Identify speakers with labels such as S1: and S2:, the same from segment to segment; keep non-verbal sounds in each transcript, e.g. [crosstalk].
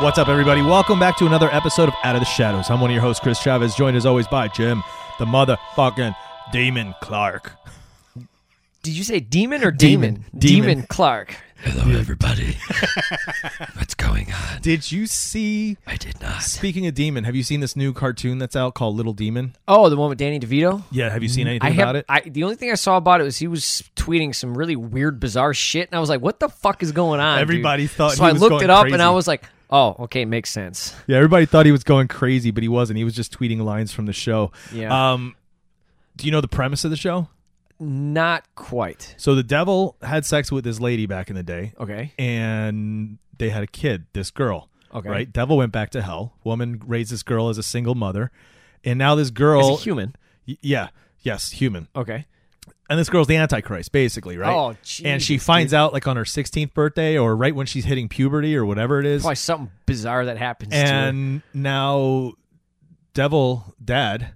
S1: What's up, everybody? Welcome back to another episode of Out of the Shadows. I'm one of your hosts, Chris Chavez, joined as always by Jim, the motherfucking Damon Clark.
S2: Did you say demon or demon?
S1: Demon. Demon.
S2: Clark.
S3: Hello,
S2: [laughs]
S3: everybody. What's going on?
S1: Did you see?
S3: I did not.
S1: Speaking of Demon, have you seen this new cartoon that's out called Little Demon? Mm-hmm.
S2: Oh, the one with Danny DeVito.
S1: Yeah, have you seen anything
S2: I
S1: about
S2: have.
S1: it?
S2: I, the only thing I saw about it was he was tweeting some really weird, bizarre shit, and I was like, "What the fuck is going on?" dude?"
S1: Everybody thought
S2: So
S1: he
S2: I
S1: was
S2: looked
S1: going
S2: it up,
S1: crazy.
S2: and I was like, "Oh, okay, makes sense."
S1: Yeah, everybody thought he was going crazy, but he wasn't. He was just tweeting lines from the show.
S2: Yeah.
S1: Um, do you know the premise of the show?
S2: Not quite.
S1: So the devil had sex with this lady back in the day,
S2: Okay.
S1: and they had a kid, this girl.
S2: Okay.
S1: Right? Devil went back to hell. Woman raised this girl as a single mother. And now this girl.
S2: As a human.
S1: Y- yeah. Yes, human.
S2: Okay.
S1: And this girl's the Antichrist, basically, right?
S2: Oh,
S1: and she
S2: Jesus,
S1: finds out, like, on her 16th birthday or right when she's hitting puberty or whatever it is.
S2: Probably something bizarre that happens. to
S1: and now devil dad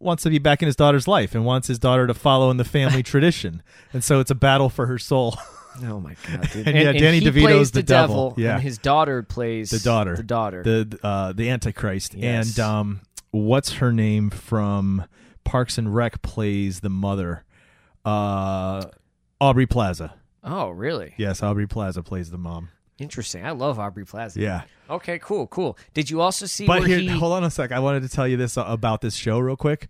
S1: wants to be back in his daughter's life and wants his daughter to follow in the
S2: [laughs]
S1: family tradition and so it's a battle for her soul
S2: her. oh my god, dude.
S1: And yeah, Danny
S2: he
S1: DeVito's
S2: plays
S1: the
S2: the,
S1: devil.
S2: devil.
S1: Yeah.
S2: and his daughter plays
S1: the daughter
S2: The daughter.
S1: the uh the antichrist
S2: Yes.
S1: and um what's her name from parks and rec plays the mother uh aubrey plaza
S2: oh, really?
S1: yes aubrey plaza plays the mom
S2: Interesting. I love Aubrey Plaza.
S1: yeah
S2: Okay, cool, cool. Did you also see
S1: But
S2: where
S1: here,
S2: he?
S1: hold on a sec. I wanted to tell you this uh, about this show real quick.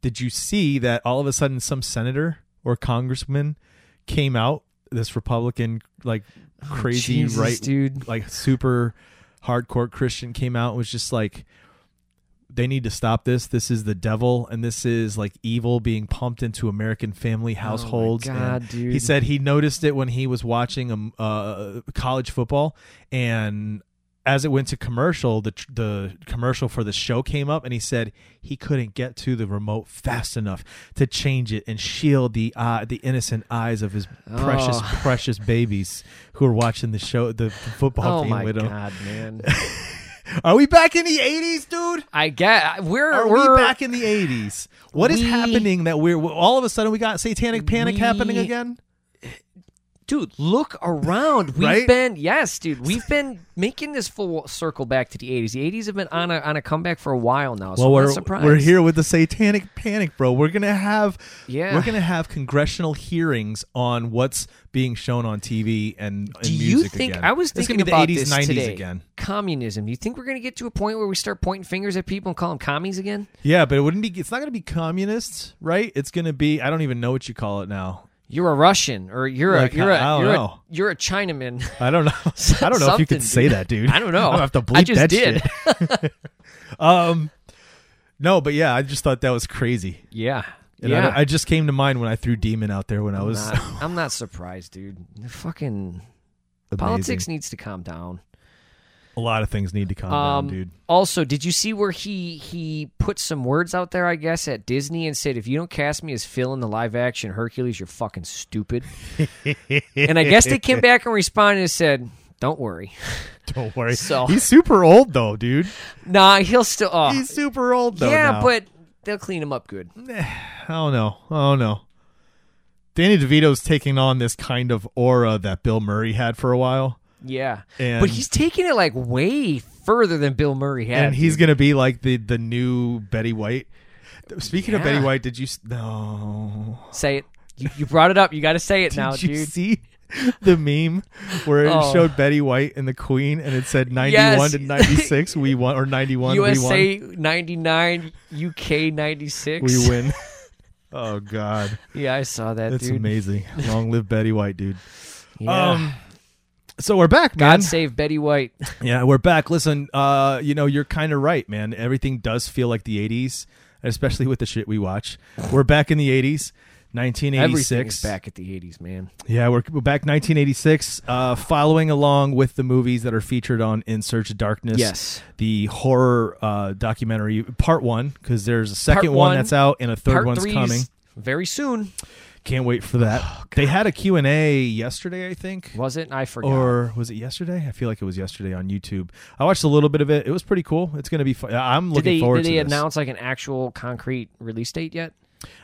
S1: Did you see that all of a sudden some senator or congressman came out? This Republican, like crazy
S2: Oh, Jesus,
S1: right,
S2: dude.
S1: like super hardcore Christian, came out and was just like, they need to stop this. This is the devil, and this is like evil being pumped into American family households. And
S2: Oh God, dude.
S1: He said he noticed it when he was watching um, uh, college football, and as it went to commercial, the tr- the commercial for the show came up, and he said he couldn't get to the remote fast enough to change it and shield the uh, the innocent eyes of his precious
S2: Oh.
S1: precious babies who are watching the show the football
S2: Oh
S1: team
S2: my
S1: with him.
S2: god,
S1: [laughs]
S2: man!
S1: Are we back in the eighties, dude?
S2: I get we're
S1: Are
S2: we're
S1: we back in the eighties? What is
S2: We-
S1: happening that we're all of a sudden we got satanic panic
S2: We-
S1: happening again?
S2: dude. Look around. We've
S1: Right?
S2: been yes, dude. We've been making this full circle back to the '80s. The '80s have been on a on a comeback for a while now. So
S1: Well,
S2: I'm
S1: we're
S2: not surprised.
S1: we're here with the satanic panic, bro. We're gonna have
S2: Yeah.
S1: we're gonna have congressional hearings on what's being shown on TV and, and
S2: Do you
S1: music
S2: think
S1: again.
S2: I was
S1: It's
S2: thinking
S1: gonna be
S2: about
S1: the 80s,
S2: this
S1: 90s
S2: today?
S1: again?
S2: Communism. Do you think we're going to get to a point where we start pointing fingers at people and call them commies again?
S1: Yeah, but it wouldn't be. It's not gonna be communists, right? It's gonna be. I don't even know what you call it now.
S2: You're a Russian, or you're
S1: Like,
S2: a you're
S1: I
S2: a
S1: don't
S2: you're,
S1: know.
S2: a you're a Chinaman. [laughs]
S1: I don't know. I don't know if you
S2: Something,
S1: can say
S2: dude.
S1: that, dude.
S2: I don't
S1: [laughs]
S2: know.
S1: I'm gonna have to bleep
S2: I just
S1: that
S2: did.
S1: shit.
S2: [laughs]
S1: Um, no, but yeah, I just thought that was crazy.
S2: yeah.
S1: And
S2: yeah.
S1: I, I just came to mind when I threw demon out there when I [laughs] was
S2: Not- I'm not surprised, dude. The fucking politics
S1: Amazing.
S2: needs to calm down.
S1: A lot of things need to calm
S2: Um,
S1: down, dude.
S2: Also, did you see where he he put some words out there? I guess at Disney and said, if you don't cast me as Phil in the live action Hercules, you're fucking stupid. and I guess
S1: [laughs]
S2: they came back and responded and said, don't worry. [laughs]
S1: Don't worry.
S2: So-
S1: He's super old though, dude.
S2: Nah, he'll still. Oh,
S1: He's super old though.
S2: yeah,
S1: now. Oh,
S2: but they'll clean him up good.
S1: I don't know. I don't know. Danny DeVito's taking on this kind of aura that Bill Murray had for a while,
S2: Yeah,
S1: And-
S2: but he's taking it like way further than Bill Murray had.
S1: and he's
S2: dude.
S1: gonna be like the the new Betty White. Speaking of Betty
S2: Yeah.
S1: White, did you s- no? [laughs]
S2: say it. You, you brought it up. You got to say it
S1: Did
S2: now,
S1: you
S2: dude.
S1: see the meme where it
S2: Oh.
S1: showed Betty White and the Queen, and it said ninety one
S2: Yes.
S1: to ninety six, we won, or ninety [laughs] one, we won,
S2: USA 99, UK 96.
S1: we win. [laughs] oh God,
S2: [laughs] Yeah, I saw that,
S1: that's
S2: dude.
S1: amazing! Long live Betty White, dude.
S2: Yeah.
S1: Um, so we're back, man.
S2: God save Betty White.
S1: Yeah, we're back. Listen, uh, you know, you're kind of right, man. Everything does feel like the 80s. especially with the shit we watch. We're back in the 80s, 1986.
S2: Everything's back at the 80s, man.
S1: Yeah, we're, we're back 1986, uh, following along with the movies that are featured on In Search of Darkness.
S2: Yes.
S1: The horror uh, documentary, part one, because there's a second
S2: Part
S1: one,
S2: one.
S1: that's out and a third
S2: Part
S1: one's
S2: three's Oh,
S1: coming.
S2: Very soon.
S1: Can't wait for that. they had a Q&A yesterday, I think.
S2: Was it? I forgot.
S1: Or was it yesterday? I feel like it was yesterday on YouTube. I watched a little bit of it. It was pretty cool. It's going to be fun. I'm
S2: did
S1: looking
S2: they,
S1: forward
S2: did
S1: to
S2: they
S1: this.
S2: announce like an actual concrete release date yet?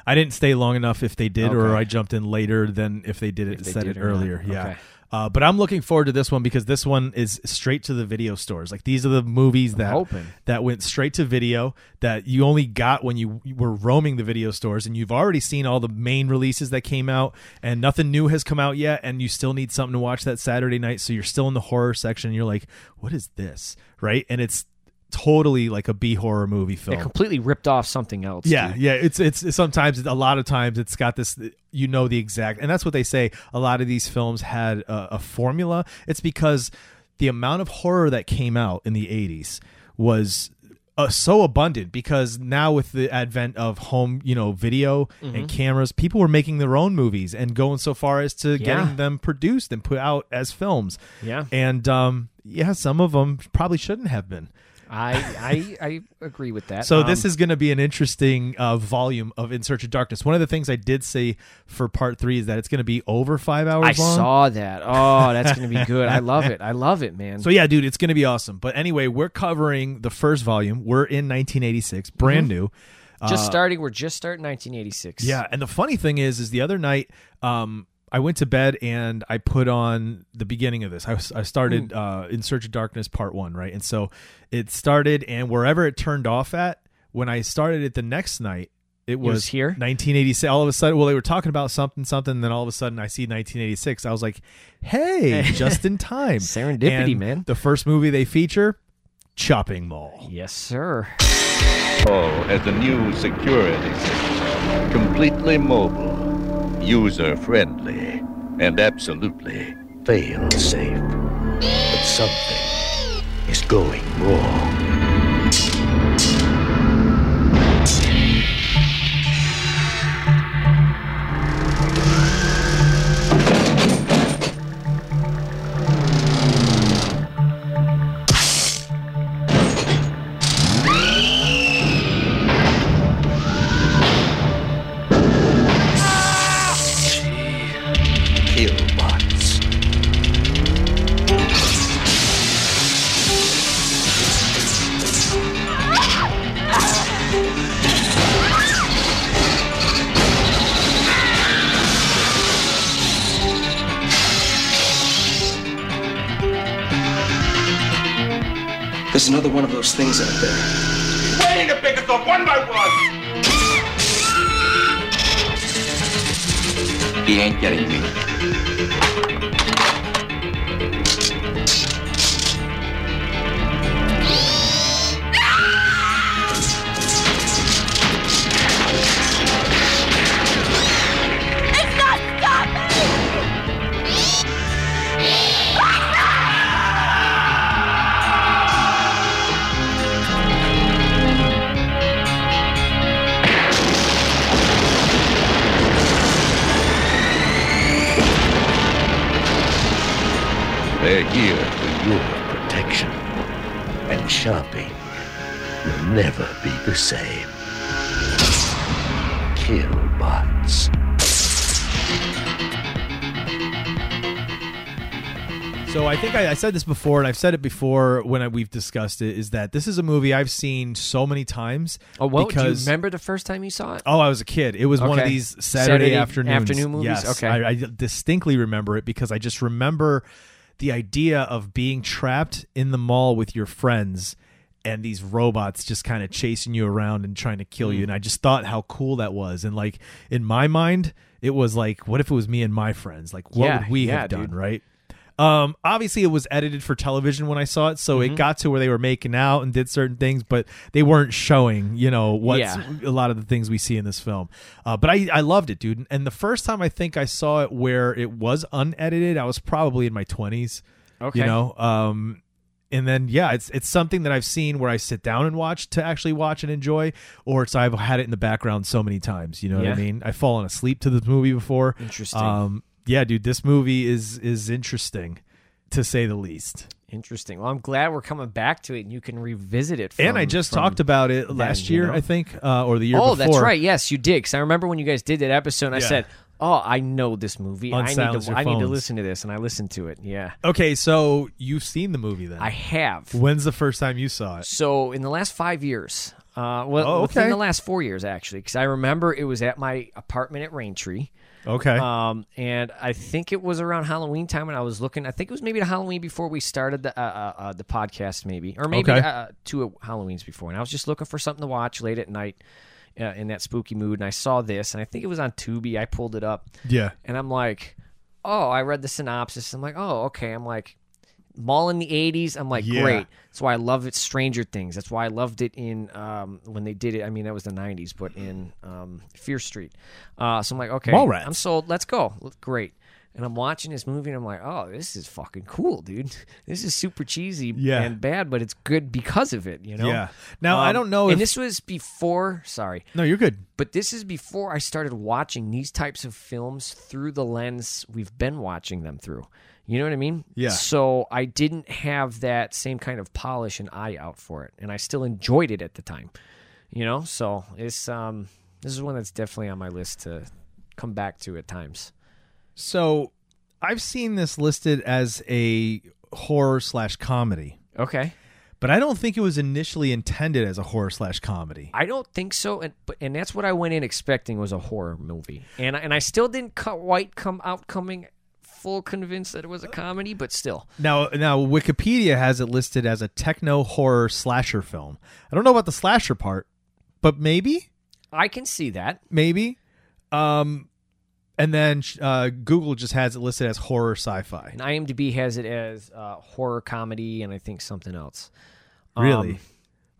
S1: I didn't stay long enough if they did, or
S2: Okay.
S1: I jumped in later than if they did it
S2: they
S1: said
S2: did
S1: it
S2: or not.
S1: earlier. Yeah.
S2: Okay.
S1: Uh, but I'm looking forward to this one because this one is straight to the video stores. Like these are the movies that
S2: hoping.
S1: that went straight to video that you only got when you were roaming the video stores, and you've already seen all the main releases that came out, and nothing new has come out yet, and you still need something to watch that Saturday night. So you're still in the horror section. And you're like, what is this, right? And it's totally like a B horror movie film.
S2: They completely ripped off something else.
S1: Oh. Yeah,
S2: dude.
S1: yeah. It's it's sometimes a lot of times it's got this. You know the exact, and that's what they say. A lot of these films had a, a formula. It's because the amount of horror that came out in the '80s was. Uh, so abundant because now with the advent of home, you know, video
S2: Mm-hmm.
S1: and cameras, people were making their own movies and going so far as to
S2: Yeah.
S1: getting them produced and put out as films.
S2: Yeah.
S1: and um, yeah, some of them probably shouldn't have been.
S2: I, I I agree with that.
S1: So this
S2: Um,
S1: is going to be an interesting uh, volume of In Search of Darkness. One of the things I did say for part three is that it's going to be over five hours
S2: I
S1: long.
S2: saw that. Oh, that's
S1: [laughs]
S2: gonna be good. I love it. I love it, man.
S1: so yeah, dude, it's going to be awesome. But anyway, we're covering the first volume. We're in 1986,
S2: Mm-hmm.
S1: brand new.
S2: just starting. We're just starting 1986.
S1: uh, Yeah, and the funny thing is, is the other night, um, I went to bed and I put on the beginning of this. I, was- I started uh, in Search of Darkness Part One, right? And so it started, and wherever it turned off at, when I started it the next night. It was,
S2: was here?
S1: 1986. All of a sudden, well, they were talking about something, something. Then all of a sudden, I see 1986. I was like,
S2: [laughs]
S1: "Hey, just in time,
S2: Serendipity,
S1: And
S2: man.
S1: The first movie they feature, Chopping Mall.
S2: Yes, sir.
S4: Paul has a new security system, completely mobile, user friendly, and absolutely fail safe. But something is going wrong. Kill bots.
S5: There's another one of those things out there.
S6: waiting to pick us up one by one.
S5: He ain't getting me.
S7: It's not stopping!
S4: They're here for your protection. And shopping will never be the same. Kill bots.
S1: So I think I, I said this before, and I've said it before when I, we've discussed it. Is that this is a movie I've seen so many times?
S2: Oh, well, do you
S1: because
S2: remember the first time you saw it?
S1: oh, I was a kid. It was one of
S2: Okay.
S1: these Saturday,
S2: Saturday
S1: afternoons.
S2: afternoon movies?
S1: Yes,
S2: Okay.
S1: I, I distinctly remember it because I just remember the idea of being trapped in the mall with your friends. And these robots just kind of chasing you around and trying to kill
S2: Mm.
S1: you. And I just thought how cool that was. And like in my mind, it was like, what if it was me and my friends? Like, what
S2: Yeah,
S1: would we
S2: yeah,
S1: have done,
S2: dude.
S1: right? Um, obviously, it was edited for television when I saw it, so it got to where they were making out and did certain things, but they weren't showing, you know, what's
S2: Yeah.
S1: a lot of the things we see in this film. Uh, but I, I loved it, dude. And the first time I think I saw it where it was unedited, I was probably in my twenties.
S2: Okay.
S1: You know, um, and then yeah, it's it's something that I've seen where I sit down and watch to actually watch and enjoy, or it's I've had it in the background so many times. You know what
S2: Yeah.
S1: I mean? I've fallen asleep to this movie before.
S2: Interesting.
S1: Um, yeah, dude, this movie is is interesting to say the least.
S2: Interesting. Well, I'm glad we're coming back to it, and you can revisit it.
S1: and I
S2: from-
S1: just
S2: from-
S1: talked about it last
S2: you
S1: year,
S2: know?
S1: I think, uh, or the year
S2: Oh,
S1: before.
S2: that's right. Yes, you did. Because I remember when you guys did that episode, and I
S1: Yeah.
S2: said, "Oh, I know this movie. I need
S1: Unsilence
S2: to.
S1: your
S2: I need to
S1: phones.
S2: listen to this." And I listened to it. Yeah,
S1: Okay, so you've seen the movie then.
S2: I have.
S1: When's the first time you saw it?
S2: So in the last five years, uh, well,
S1: Oh,
S2: within
S1: okay.
S2: the last four years actually, because I remember it was at my apartment at Raintree.
S1: Okay.
S2: Um, and I think it was around Halloween time, and I was looking. I think it was maybe the Halloween before we started the uh, uh, uh, the podcast, maybe, or maybe
S1: Okay.
S2: uh, two Halloweens before. And I was just looking for something to watch late at night, uh, in that spooky mood. And I saw this, and I think it was on Tubi. I pulled it up,
S1: yeah.
S2: and I'm like, oh, I read the synopsis. I'm like, oh, okay. I'm like, Mall in the 80s. I'm like,
S1: Yeah.
S2: great. That's why I love it. Stranger Things. That's why I loved it in um, when they did it. I mean, that was the 90s, but in um, Fear Street. Uh, so I'm like, okay,
S1: Mallrats.
S2: I'm sold. Let's go. Look, Great. And I'm watching this movie and I'm like, oh, this is fucking cool, dude. [laughs] This is super cheesy
S1: Yeah.
S2: and bad, but it's good because of it, you know?
S1: Yeah. Now, I
S2: Um,
S1: don't know
S2: And
S1: if-
S2: this was before, sorry,
S1: No, you're good.
S2: but this is before I started watching these types of films through the lens we've been watching them through. You know what I mean?
S1: Yeah.
S2: So I didn't have that same kind of polish and eye out for it, and I still enjoyed it at the time. You know, so it's um, this is one that's definitely on my list to come back to at times.
S1: So I've seen this listed as a horror slash comedy,
S2: Okay.
S1: but I don't think it was initially intended as a horror slash comedy.
S2: I don't think so, and but- and that's what I went in expecting was a horror movie, and I- and I still didn't cut white come out coming full convinced that it was a comedy, but still.
S1: Now, now Wikipedia has it listed as a techno horror slasher film. I don't know about the slasher part, but maybe,
S2: I can see that.
S1: maybe. Um, and then uh, Google just has it listed as horror sci-fi.
S2: And IMDb has it as uh, horror comedy and I think something else. Um,
S1: Really?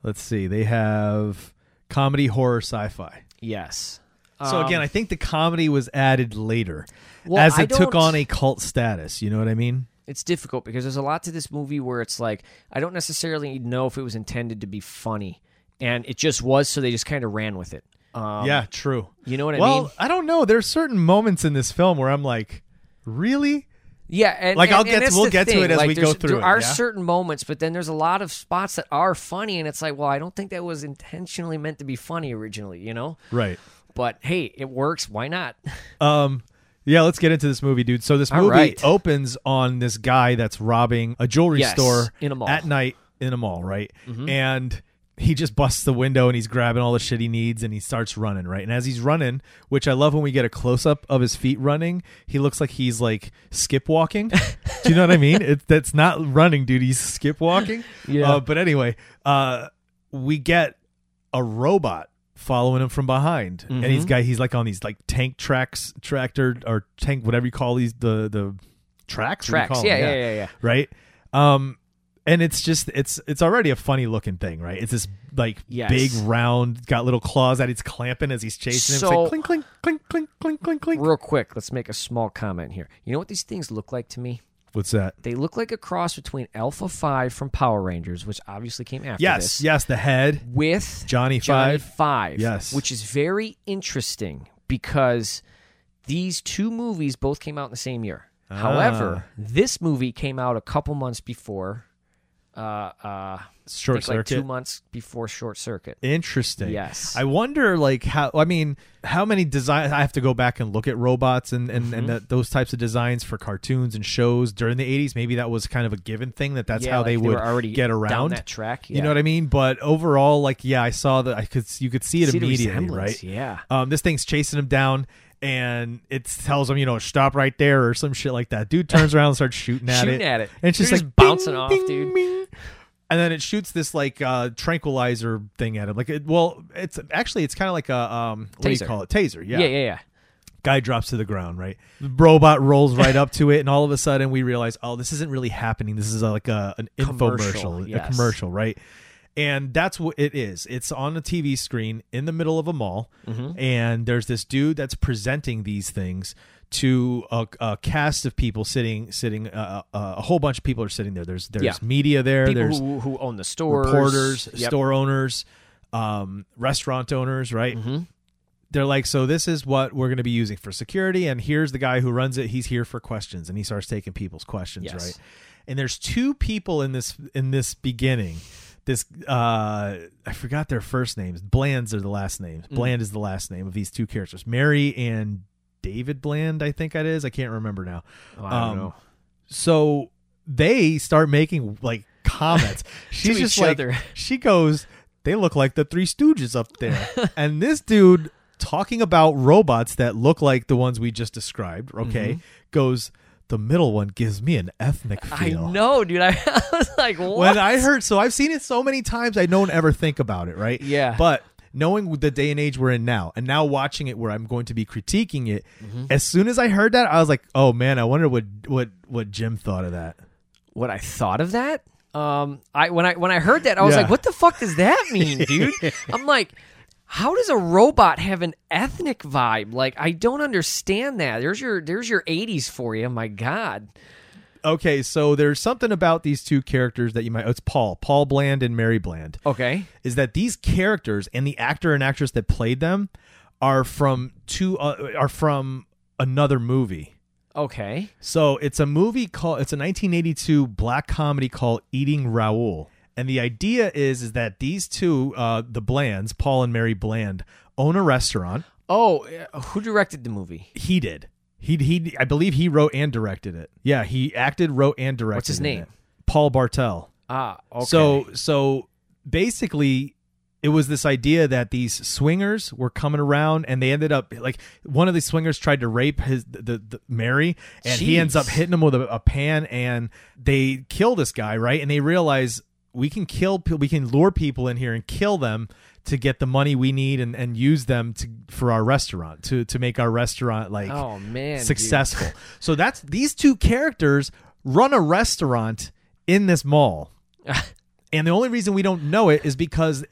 S1: Let's see. They have comedy, horror, sci-fi.
S2: yes.
S1: So again, I think the comedy was added later
S2: Um, Well,
S1: as
S2: I
S1: it took
S2: don't-
S1: on a cult status. You know what I mean?
S2: it's difficult because there's a lot to this movie where it's like I don't necessarily know if it was intended to be funny, and it just was, so they just kind of ran with it. Um,
S1: yeah, true.
S2: you know what I
S1: well,
S2: mean?
S1: I don't know. There's certain moments in this film where I'm like, really?
S2: Yeah, and
S1: Like,
S2: and-
S1: I'll
S2: and
S1: get to-
S2: that's
S1: we'll
S2: the
S1: get to
S2: thing,
S1: it as
S2: like,
S1: we go
S2: there's-
S1: through
S2: There
S1: it,
S2: are
S1: yeah?
S2: certain moments, but then there's a lot of spots that are funny, and it's like, well, I don't think that was intentionally meant to be funny originally, you know?
S1: Right.
S2: But hey, it works. Why not?
S1: Um. Yeah, let's get into this movie, dude. So this
S2: All
S1: movie
S2: right.
S1: opens on this guy that's robbing a jewelry
S2: Yes,
S1: store
S2: in a mall. Mm-hmm.
S1: at night in a mall, right? And he just busts the window and he's grabbing all the shit he needs and he starts running, right? And as he's running, which I love when we get a close up of his feet running, he looks like he's like skip
S2: [laughs]
S1: walking. Do you know what I mean? It, that's not running, dude. He's skip walking.
S2: [laughs] Yeah.
S1: Uh, but anyway, uh, we get a robot following him from behind and
S2: Mm-hmm.
S1: he's got he's like on these like tank tracks tractor or tank whatever you call these the the tracks What do you
S2: Tracks.
S1: call
S2: Yeah,
S1: them?
S2: yeah, yeah, yeah.
S1: right um and it's just it's it's already a funny looking thing right it's this like
S2: Yes.
S1: big round got little claws that he's clamping as he's chasing him it's
S2: So-
S1: like clink clink clink clink clink clink clink
S2: Real quick, let's make a small comment here. You know what these things look like to me?
S1: what's that
S2: They look like a cross between Alpha 5 from Power Rangers, which obviously came after
S1: yes
S2: this.
S1: yes the head
S2: With
S1: Johnny
S2: Johnny
S1: Five.
S2: 5.
S1: Yes.
S2: Which is very interesting because these two movies both came out in the same year.
S1: Ah.
S2: However, this movie came out a couple months before uh uh I
S1: short
S2: think like
S1: circuit
S2: 2 months before Short Circuit.
S1: Interesting.
S2: Yes.
S1: I wonder, like, how. I mean, how many designs? I have to go back and look at robots and and
S2: Mm-hmm.
S1: and that, those types of designs for cartoons and shows during the '80s. Maybe that was kind of a given thing that that's
S2: Yeah,
S1: how
S2: like
S1: they
S2: they
S1: would
S2: were already
S1: get
S2: down
S1: around
S2: that track,
S1: You
S2: yeah.
S1: know what I mean? But overall, like, yeah, I saw that. I could you could see it
S2: See the
S1: immediately,
S2: resemblance,
S1: right?
S2: yeah.
S1: Um, this thing's chasing him down. And it tells him, you know, stop right there or some shit like that. Dude turns around and starts shooting at
S2: Shooting
S1: it.
S2: at it.
S1: And it's
S2: They're
S1: just
S2: just
S1: like
S2: bouncing
S1: bing,
S2: off,
S1: bing,
S2: dude.
S1: bing and then it shoots this like uh tranquilizer thing at him like it, well it's actually it's kind of like a um what do
S2: Taser.
S1: you call it taser yeah.
S2: yeah, yeah. yeah.
S1: guy drops to the ground right the robot rolls
S2: [laughs]
S1: right up to it and all of a sudden we realize oh this isn't really happening this is uh, like a an
S2: Commercial,
S1: infomercial
S2: yes.
S1: a commercial right and that's what it is it's on a tv
S2: Mm-hmm.
S1: screen in the middle of a mall and there's this dude that's presenting these things to a, a cast of people sitting sitting uh, uh, a whole bunch of people are sitting there there's there's
S2: Yeah.
S1: media there
S2: People
S1: there's
S2: who, who own the stores,
S1: reporters
S2: Yep.
S1: store owners um, restaurant owners right
S2: Mm-hmm.
S1: they're like so this is what we're going to be using for security and here's the guy who runs it he's here for questions and he starts taking people's questions
S2: Yes.
S1: right and there's two people in this in this beginning this uh i forgot their first names bland's are the last names bland is the last name of these two characters mary and david bland i think it is i can't remember now
S2: Oh, I don't
S1: Um,
S2: know.
S1: so they start making like
S2: [laughs]
S1: comments. She's
S2: each
S1: just like
S2: other. [laughs]
S1: she goes, they look like the Three Stooges up
S2: [laughs]
S1: there, and this dude talking about robots that look like the ones we just described. Okay,
S2: Mm-hmm.
S1: goes the middle one gives me an ethnic
S2: I
S1: feel.
S2: know, dude. [laughs] I, I was like, what?
S1: When I heard, so I've seen it so many times, I don't ever think about it, right?
S2: Yeah.
S1: But knowing the day and age we're in now, and now watching it where I'm going to be critiquing it,
S2: Mm-hmm.
S1: as soon as I heard that, I was like, oh man, I wonder what what what Jim thought of that.
S2: what I thought of that. Um, I when I when I heard that, I was
S1: Yeah.
S2: like, "What the fuck
S1: [laughs]
S2: does that mean, dude?" I'm like, "How does a robot have an ethnic vibe?" Like, I don't understand that. There's your there's your '80s for you. My God,
S1: Okay, so there's something about these two characters that you might. It's Paul, Paul Bland and Mary Bland.
S2: okay,
S1: Is that these characters and the actor and actress that played them are from two uh, are from another movie.
S2: okay,
S1: So it's a movie called it's a 1982 black comedy called Eating Raoul, and the idea is is that these two, uh, the Blands, Paul and Mary Bland, own a restaurant.
S2: oh, uh, who directed the movie?
S1: He did. He he. I believe he wrote and directed it. Yeah, he acted, wrote, and directed.
S2: his
S1: in
S2: name?
S1: it. Paul Bartel.
S2: Ah, okay.
S1: So so basically it was this idea that these swingers were coming around and they ended up like one of these swingers tried to rape his the, the, Mary and he ends
S2: Jeez.
S1: up hitting him with a, a pan and they kill this guy, right? And they realize we can kill pe- we can lure people in here and kill them to get the money we need and, and use them to for our restaurant to to make our restaurant like
S2: oh man, dude.
S1: successful. so that's these two characters run a restaurant in this mall.
S2: [laughs]
S1: and the only reason we don't know it is because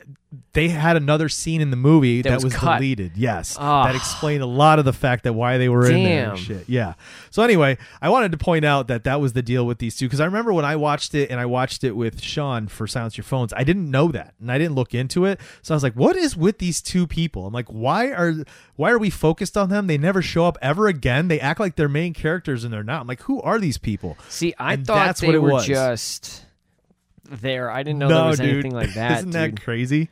S1: they had another scene in the movie that,
S2: was
S1: was,
S2: cut.
S1: deleted. Yes.
S2: Ah.
S1: That explained a lot of the fact that why they were in there
S2: Damn.
S1: and shit. Yeah. So anyway, I wanted to point out that that was the deal with these two cuz I remember when I watched it and I watched it with Sean for Silence Your Phones, I didn't know that and I didn't look into it. So I was like, what is with these two people? I'm like, why are why are we focused on them? They never show up ever again. They act like they're main characters and they're not. I'm like, who are these people?
S2: See, I
S1: And
S2: thought
S1: that's
S2: they
S1: what it
S2: were
S1: was.
S2: just there. I didn't know there was anything
S1: [laughs]
S2: like that.
S1: Isn't
S2: dude.
S1: that crazy?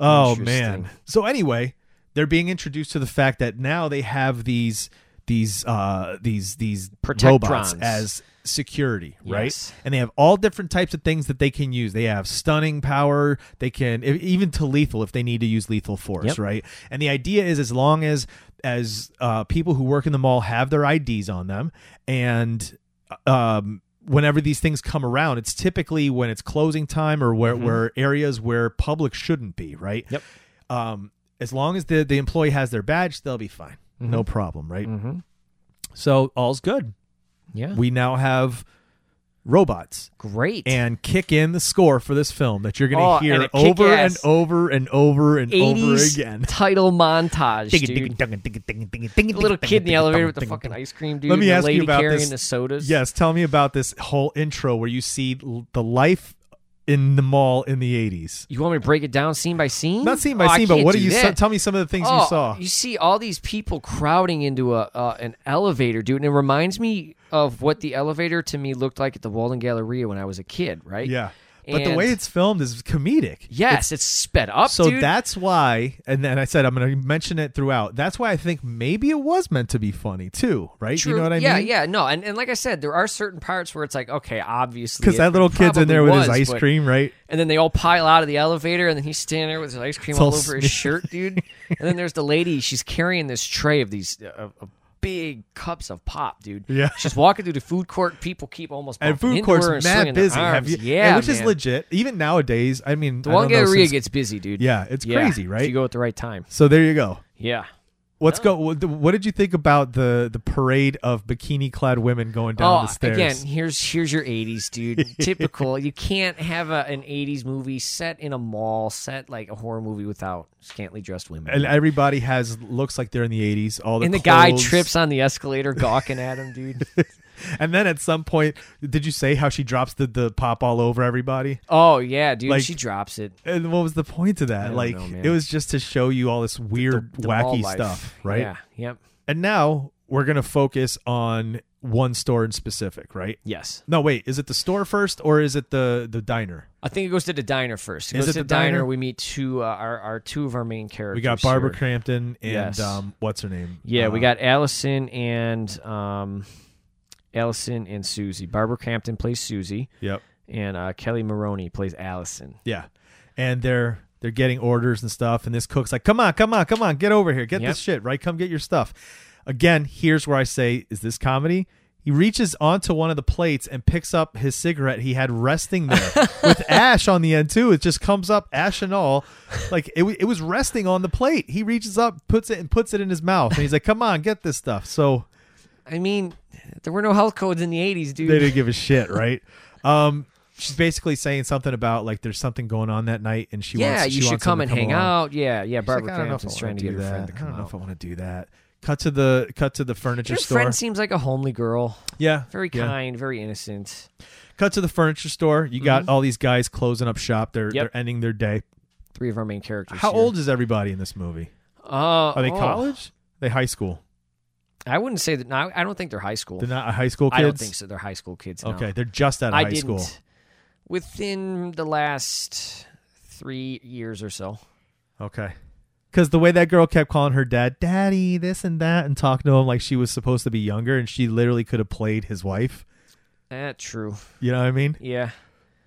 S1: Oh man.
S2: Interesting.
S1: So anyway, they're being introduced to the fact that now they have these these uh these these robots
S2: Protectrons.
S1: as security,
S2: Yes.
S1: right? And they have all different types of things that they can use. They have stunning power, they can e- even to lethal if they need to use lethal force,
S2: Yep.
S1: right? And the idea is as long as as uh people who work in the mall have their IDs on them and um, whenever these things come around, it's typically when it's closing time or where, where areas where public shouldn't be, right?
S2: Mm-hmm. Yep.
S1: Um, as long as the, the employee has their badge, they'll be fine. No problem, right?
S2: Mhm.
S1: So all's good.
S2: Yeah,
S1: We now have robots
S2: great.
S1: and kick in the score for this film that you're going to
S2: Oh, and
S1: hear
S2: it
S1: over and
S2: kick-ass.
S1: over and over and over
S2: 80s
S1: again. [laughs]
S2: title montage, dude.
S1: The
S2: The little kid in the elevator with the fucking ice cream, dude.
S1: Let me
S2: the
S1: ask
S2: lady
S1: you about
S2: carrying
S1: this.
S2: the sodas.
S1: Yes, tell me about this whole intro where you see l- the life in the mall in the 80s.
S2: You want me to break it down scene by scene?
S1: Not scene by
S2: Oh, I
S1: scene, but
S2: can't
S1: what do
S2: do
S1: you
S2: that.
S1: tell me some of the things
S2: Oh,
S1: you saw?
S2: You see all these people crowding into a uh, an elevator, dude, and it reminds me of what the elevator to me looked like at the Walden Galleria when I was a kid, right?
S1: yeah. But the
S2: And-
S1: way it's filmed is comedic.
S2: Yes, it's, sped up,
S1: So
S2: dude.
S1: that's why, and then I said I'm going to mention it throughout. That's why I think maybe it was meant to be funny too, right?
S2: True.
S1: You know what I
S2: yeah,
S1: mean?
S2: Yeah, no, and, and like I said, there are certain parts where it's like, okay, obviously,
S1: Because
S2: it-
S1: that
S2: it
S1: little kid's in there with
S2: probably
S1: his
S2: was,
S1: ice
S2: but-
S1: cream, right?
S2: And then they all pile out of the elevator, and then he's standing there with his ice cream
S1: It's
S2: all,
S1: all
S2: over his
S1: smeared.
S2: shirt, dude. and then there's the lady; she's carrying this tray of these uh, of big cups of pop, dude.
S1: Yeah.
S2: she's walking through the food court. People keep almost
S1: And
S2: bumping
S1: food
S2: into
S1: court's
S2: her Oh, and
S1: mad
S2: swinging their
S1: busy. Have
S2: arms.
S1: you-
S2: yeah,
S1: and which is
S2: man.
S1: legit. Even nowadays, I mean,
S2: The
S1: I don't know,
S2: Wangaria
S1: since-
S2: gets busy, dude.
S1: Yeah, it's crazy,
S2: If
S1: right?
S2: you go at the right time.
S1: So there you go.
S2: Yeah.
S1: What's go? What what did you think about the the parade of bikini clad women going down
S2: oh,
S1: the stairs?
S2: again, here's here's your '80s dude.
S1: [laughs]
S2: Typical. You can't have a, an '80s movie set in a mall, set like a horror movie without scantily dressed women.
S1: and everybody has looks like they're in the 80s. All the
S2: and the guy
S1: clothes.
S2: trips on the escalator, gawking at him, dude.
S1: [laughs] And then at some point, did you say how she drops the, the pop all over everybody?
S2: Oh yeah, dude.
S1: Like-
S2: she drops it.
S1: And what was the point of that?
S2: don't
S1: Like
S2: know, man.
S1: it was just to show you all this weird,
S2: The mall
S1: wacky
S2: life.
S1: stuff, right?
S2: Yeah. Yep.
S1: And now we're gonna focus on one store in specific, right?
S2: Yes.
S1: No, wait, is it the store first or is it the the diner?
S2: I think it goes to the diner first. It
S1: Is
S2: goes
S1: it
S2: to
S1: the
S2: the diner.
S1: diner?
S2: We meet two uh, our, our two of our main characters.
S1: We got Barbara
S2: here.
S1: Crampton and
S2: Yes.
S1: um, what's her name?
S2: Yeah, we
S1: Uh,
S2: got Allison and um, Allison and Susie. Barbara Crampton plays Susie,
S1: Yep.
S2: and uh, Kelly Maroney plays Allison.
S1: Yeah. And they're they're getting orders and stuff and this cook's like, "Come on, come on, come on. Get over here. Get
S2: Yep.
S1: this shit, right? Come get your stuff." Again, here's where I say, is this comedy? He reaches onto one of the plates and picks up his cigarette he had resting
S2: [laughs]
S1: there with ash on the end too. It just comes up ash and all. Like it, wa- it was resting on the plate. He reaches up, puts it and puts it in his mouth. And he's like, "Come on, get this stuff." So
S2: I mean, there were no health codes in the '80s, dude.
S1: they didn't give a shit, right? Um, she's basically saying something about like there's something going on that night, and she
S2: yeah,
S1: wants, she
S2: you should
S1: wants
S2: come
S1: him
S2: and
S1: to
S2: hang
S1: along.
S2: out. Yeah, yeah.
S1: She's like,
S2: Barbara
S1: I don't know if
S2: Crampton's
S1: I
S2: trying
S1: wanna
S2: to get
S1: do
S2: her
S1: that.
S2: friend to
S1: I
S2: come
S1: don't know if I
S2: out.
S1: want to do that. Cut to the cut to the furniture
S2: Your
S1: store.
S2: friend seems like a homely girl,
S1: yeah,
S2: very
S1: yeah.
S2: kind, very innocent.
S1: Cut to the furniture store. You got all these guys closing up shop. They're
S2: Mm-hmm. Yep.
S1: they're ending their day.
S2: Three of our main characters.
S1: How
S2: here.
S1: old is everybody in this movie?
S2: Uh,
S1: Are they
S2: oh.
S1: college? they high school?
S2: I wouldn't say that. No, I- I don't think they're high school.
S1: They're not high school kids.
S2: I don't think so. They're high school kids. no.
S1: Okay, they're just out of
S2: I
S1: high
S2: didn't.
S1: school.
S2: Within the last three years or so.
S1: Okay. Because the way that girl kept calling her dad, daddy, this and that, and talking to him like she was supposed to be younger, and she literally could have played his wife.
S2: Eh, true.
S1: You know what I mean?
S2: Yeah.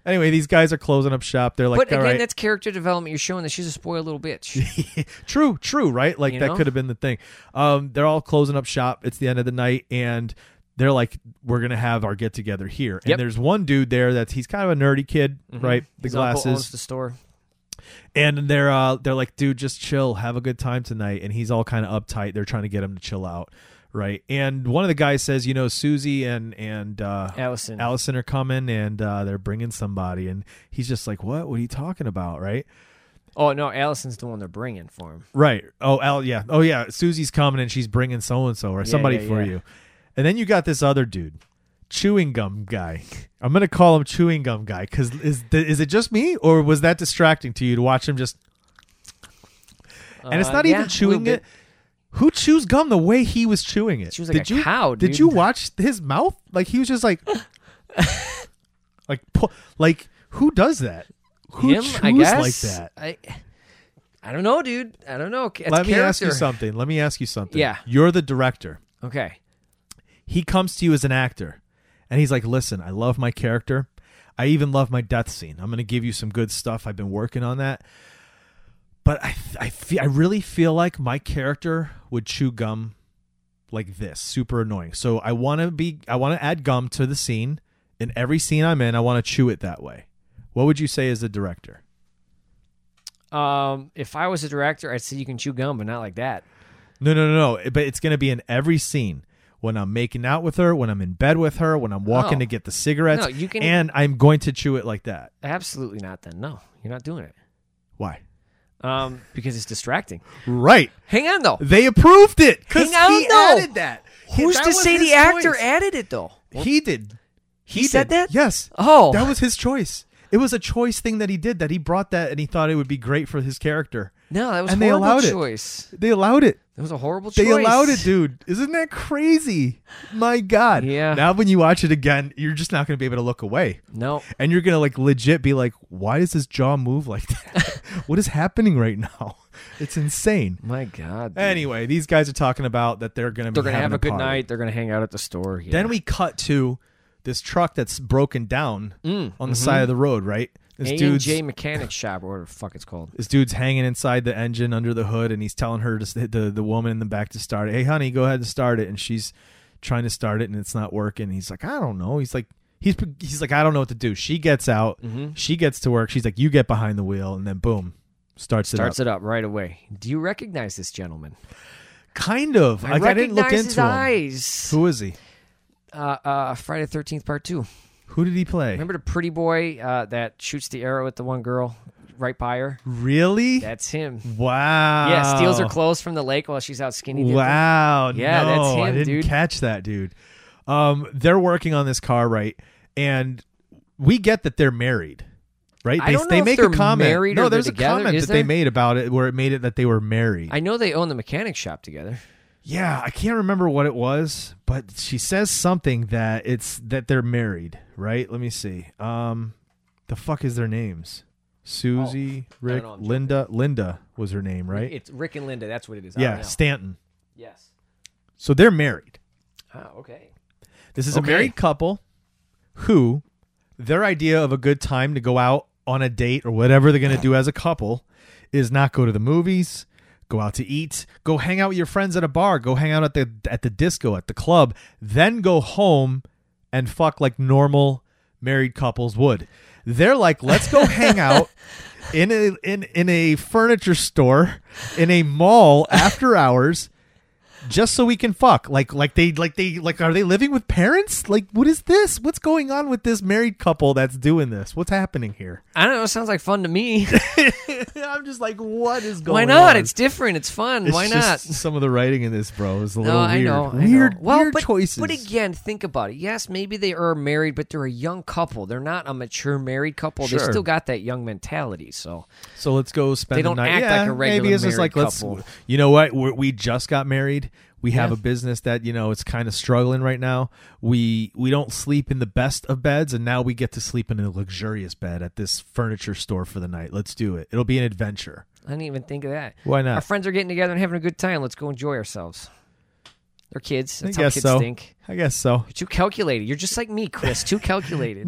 S1: Anyway, these guys are closing up shop. They're like,
S2: but again,
S1: all right.
S2: that's character development. You're showing that she's a spoiled little bitch.
S1: [laughs] true, true, right? Like
S2: You
S1: that
S2: know?
S1: could have been the thing. Um, they're all closing up shop. It's the end of the night, and they're like, we're gonna have our get together here. And
S2: Yep.
S1: there's one dude there that's he's kind of a nerdy kid, right? The
S2: His
S1: glasses.
S2: Uncle owns the store.
S1: and they're uh they're like dude just chill have a good time tonight and he's all kind of uptight they're trying to get him to chill out right and one of the guys says you know susie and and uh
S2: Allison.
S1: allison are coming and uh they're bringing somebody and he's just like what what are you talking about right
S2: Oh no, Allison's the one they're bringing for him.
S1: right oh al yeah oh yeah susie's coming and she's bringing so and so or somebody
S2: yeah,
S1: for
S2: yeah.
S1: you and then you got this other dude chewing gum guy i'm gonna call him chewing gum guy because is is it just me or was that distracting to you to watch him just and it's
S2: Uh,
S1: not
S2: yeah,
S1: even
S2: a
S1: chewing
S2: little
S1: it. Who chews gum the way he was chewing it?
S2: Chews like
S1: did
S2: a
S1: you,
S2: cow,
S1: Did
S2: dude.
S1: you watch his mouth? Like he was just
S2: [laughs]
S1: like, like, pu- like who does that? Who
S2: Him,
S1: chews
S2: I guess.
S1: like that?
S2: I, I don't know, dude. I don't know. It's
S1: Let me ask you
S2: character.
S1: something. Let me ask you something.
S2: Yeah.
S1: you're the director.
S2: Okay.
S1: He comes to you as an actor, and he's like, "Listen, I love my character. I even love my death scene. I'm going to give you some good stuff. I've been working on that." But I, I feel, I really feel like my character would chew gum like this super annoying so i want to be i want to add gum to the scene in every scene i'm in i want to chew it that way what would you say as the director
S2: Um, if I was a director, I'd say you can chew gum, but not like that.
S1: no no no no but it's going to be in every scene when i'm making out with her when i'm in bed with her when i'm walking
S2: Oh.
S1: to get the cigarettes
S2: No, you can- e
S1: and i'm going to chew it like that
S2: Absolutely not. Then no, you're not doing it.
S1: why
S2: Um, because it's distracting.
S1: right
S2: Hang on though.
S1: they approved it because he
S2: Hang on, though.
S1: added that
S2: Who's
S1: That
S2: to
S1: was
S2: say
S1: his
S2: the actor
S1: choice.
S2: added it though?
S1: he did
S2: He said
S1: did.
S2: that?
S1: yes
S2: Oh,
S1: That was his choice. It was a choice thing that he did that he brought that and he thought it would be great for his character.
S2: no, that was
S1: and they
S2: horrible
S1: allowed it.
S2: choice.
S1: They allowed it.
S2: That was a horrible
S1: They
S2: choice.
S1: allowed it, dude. Isn't that crazy? My God.
S2: Yeah.
S1: Now when you watch it again, you're just not gonna be able to look away.
S2: No,
S1: And you're gonna like legit be like, why does his jaw move like
S2: [laughs]
S1: that? what is happening right now? It's insane.
S2: my God. dude.
S1: Anyway, these guys are talking about that they're gonna
S2: they're
S1: be
S2: gonna have
S1: having
S2: a good
S1: party.
S2: night. They're gonna hang out at the store. Yeah.
S1: Then we cut to this truck that's broken down on the side of the road, right? This
S2: Mm, mm-hmm. A and
S1: dude's-
S2: J
S1: [sighs]
S2: Mechanic Shop, or whatever the fuck it's called.
S1: this dude's hanging inside the engine under the hood and he's telling her to s- the the woman in the back to start it. Hey honey, go ahead and start it and she's trying to start it and it's not working. He's like, "I don't know." He's like he's he's like, "I don't know what to do." She gets out.
S2: Mm-hmm.
S1: She gets to work. She's like, "You get behind the wheel." And then boom, starts it
S2: Starts
S1: up.
S2: it up right away. Do you recognize this gentleman?
S1: Kind of.
S2: I
S1: Like, I didn't look
S2: recognize
S1: into
S2: his
S1: him.
S2: eyes.
S1: Who is he?
S2: Uh, uh, Friday Thirteenth Part Two.
S1: Who did he play?
S2: Remember the pretty boy uh, that shoots the arrow at the one girl right by her?
S1: really?
S2: That's
S1: [laughs]
S2: him.
S1: wow.
S2: Yeah, steals her clothes from the lake while she's out skinny dipping.
S1: Wow.
S2: Yeah,
S1: no,
S2: that's
S1: I
S2: him,
S1: didn't
S2: dude.
S1: catch that, dude. Um, they're working on this car, right? And we get that they're married, right?
S2: I
S1: they
S2: don't know
S1: they
S2: if
S1: make
S2: they're
S1: a comment.
S2: married or
S1: no,
S2: they're
S1: there's a
S2: together,
S1: comment
S2: is
S1: that they
S2: there?
S1: made about it where it made it that they were married.
S2: I know they own the mechanic shop together.
S1: yeah, I can't remember what it was, but she says something that it's that they're married, right? Let me see. Um, the fuck is their names? Susie, Rick,
S2: Oh, know, I'm
S1: Linda. Linda was her name, right?
S2: It's Rick and Linda. That's what it is. I don't
S1: yeah,
S2: know.
S1: Stanton.
S2: Yes.
S1: So they're married.
S2: Oh, okay.
S1: This is a
S2: Okay.
S1: married couple who their idea of a good time to go out on a date or whatever they're going to do as a couple is not go to the movies, go out to eat, go hang out with your friends at a bar, go hang out at the at the disco, at the club, then go home and fuck like normal married couples would. They're like, "Let's go hang out in a in in a furniture store, in a mall after hours." just so we can fuck. Like like they like they like are they living with parents? Like what is this? What's going on with this married couple that's doing this? What's happening here?
S2: I don't know. It sounds like fun to me.
S1: [laughs] I'm just like what is going
S2: [laughs] Why
S1: on?
S2: not? It's different. It's fun.
S1: It's
S2: Why
S1: just
S2: not?
S1: Some of the writing in this, bro, is a
S2: No,
S1: little
S2: Oh, I
S1: weird.
S2: know. I know.
S1: Weird,
S2: Well,
S1: weird
S2: but,
S1: choices.
S2: But again, think about it. Yes, maybe they are married, but they're a young couple. They're not a mature married couple. They
S1: Sure.
S2: still got that young mentality. So
S1: so let's go spend
S2: They
S1: the
S2: don't
S1: night.
S2: act
S1: yeah,
S2: like a regular
S1: maybe it's just like
S2: married
S1: let's.
S2: couple.
S1: You know what? We're, we just got married. We have
S2: Yeah.
S1: a business that you know it's kind of struggling right now. We we don't sleep in the best of beds, and now we get to sleep in a luxurious bed at this furniture store for the night. Let's do it. It'll be an adventure.
S2: I didn't even think of that.
S1: Why not?
S2: Our friends are getting together and having a good time. Let's go enjoy ourselves. They're kids. That's
S1: I
S2: how
S1: guess
S2: kids
S1: so.
S2: think.
S1: I guess so.
S2: You're too calculated. You're just like me, Chris. Too calculated.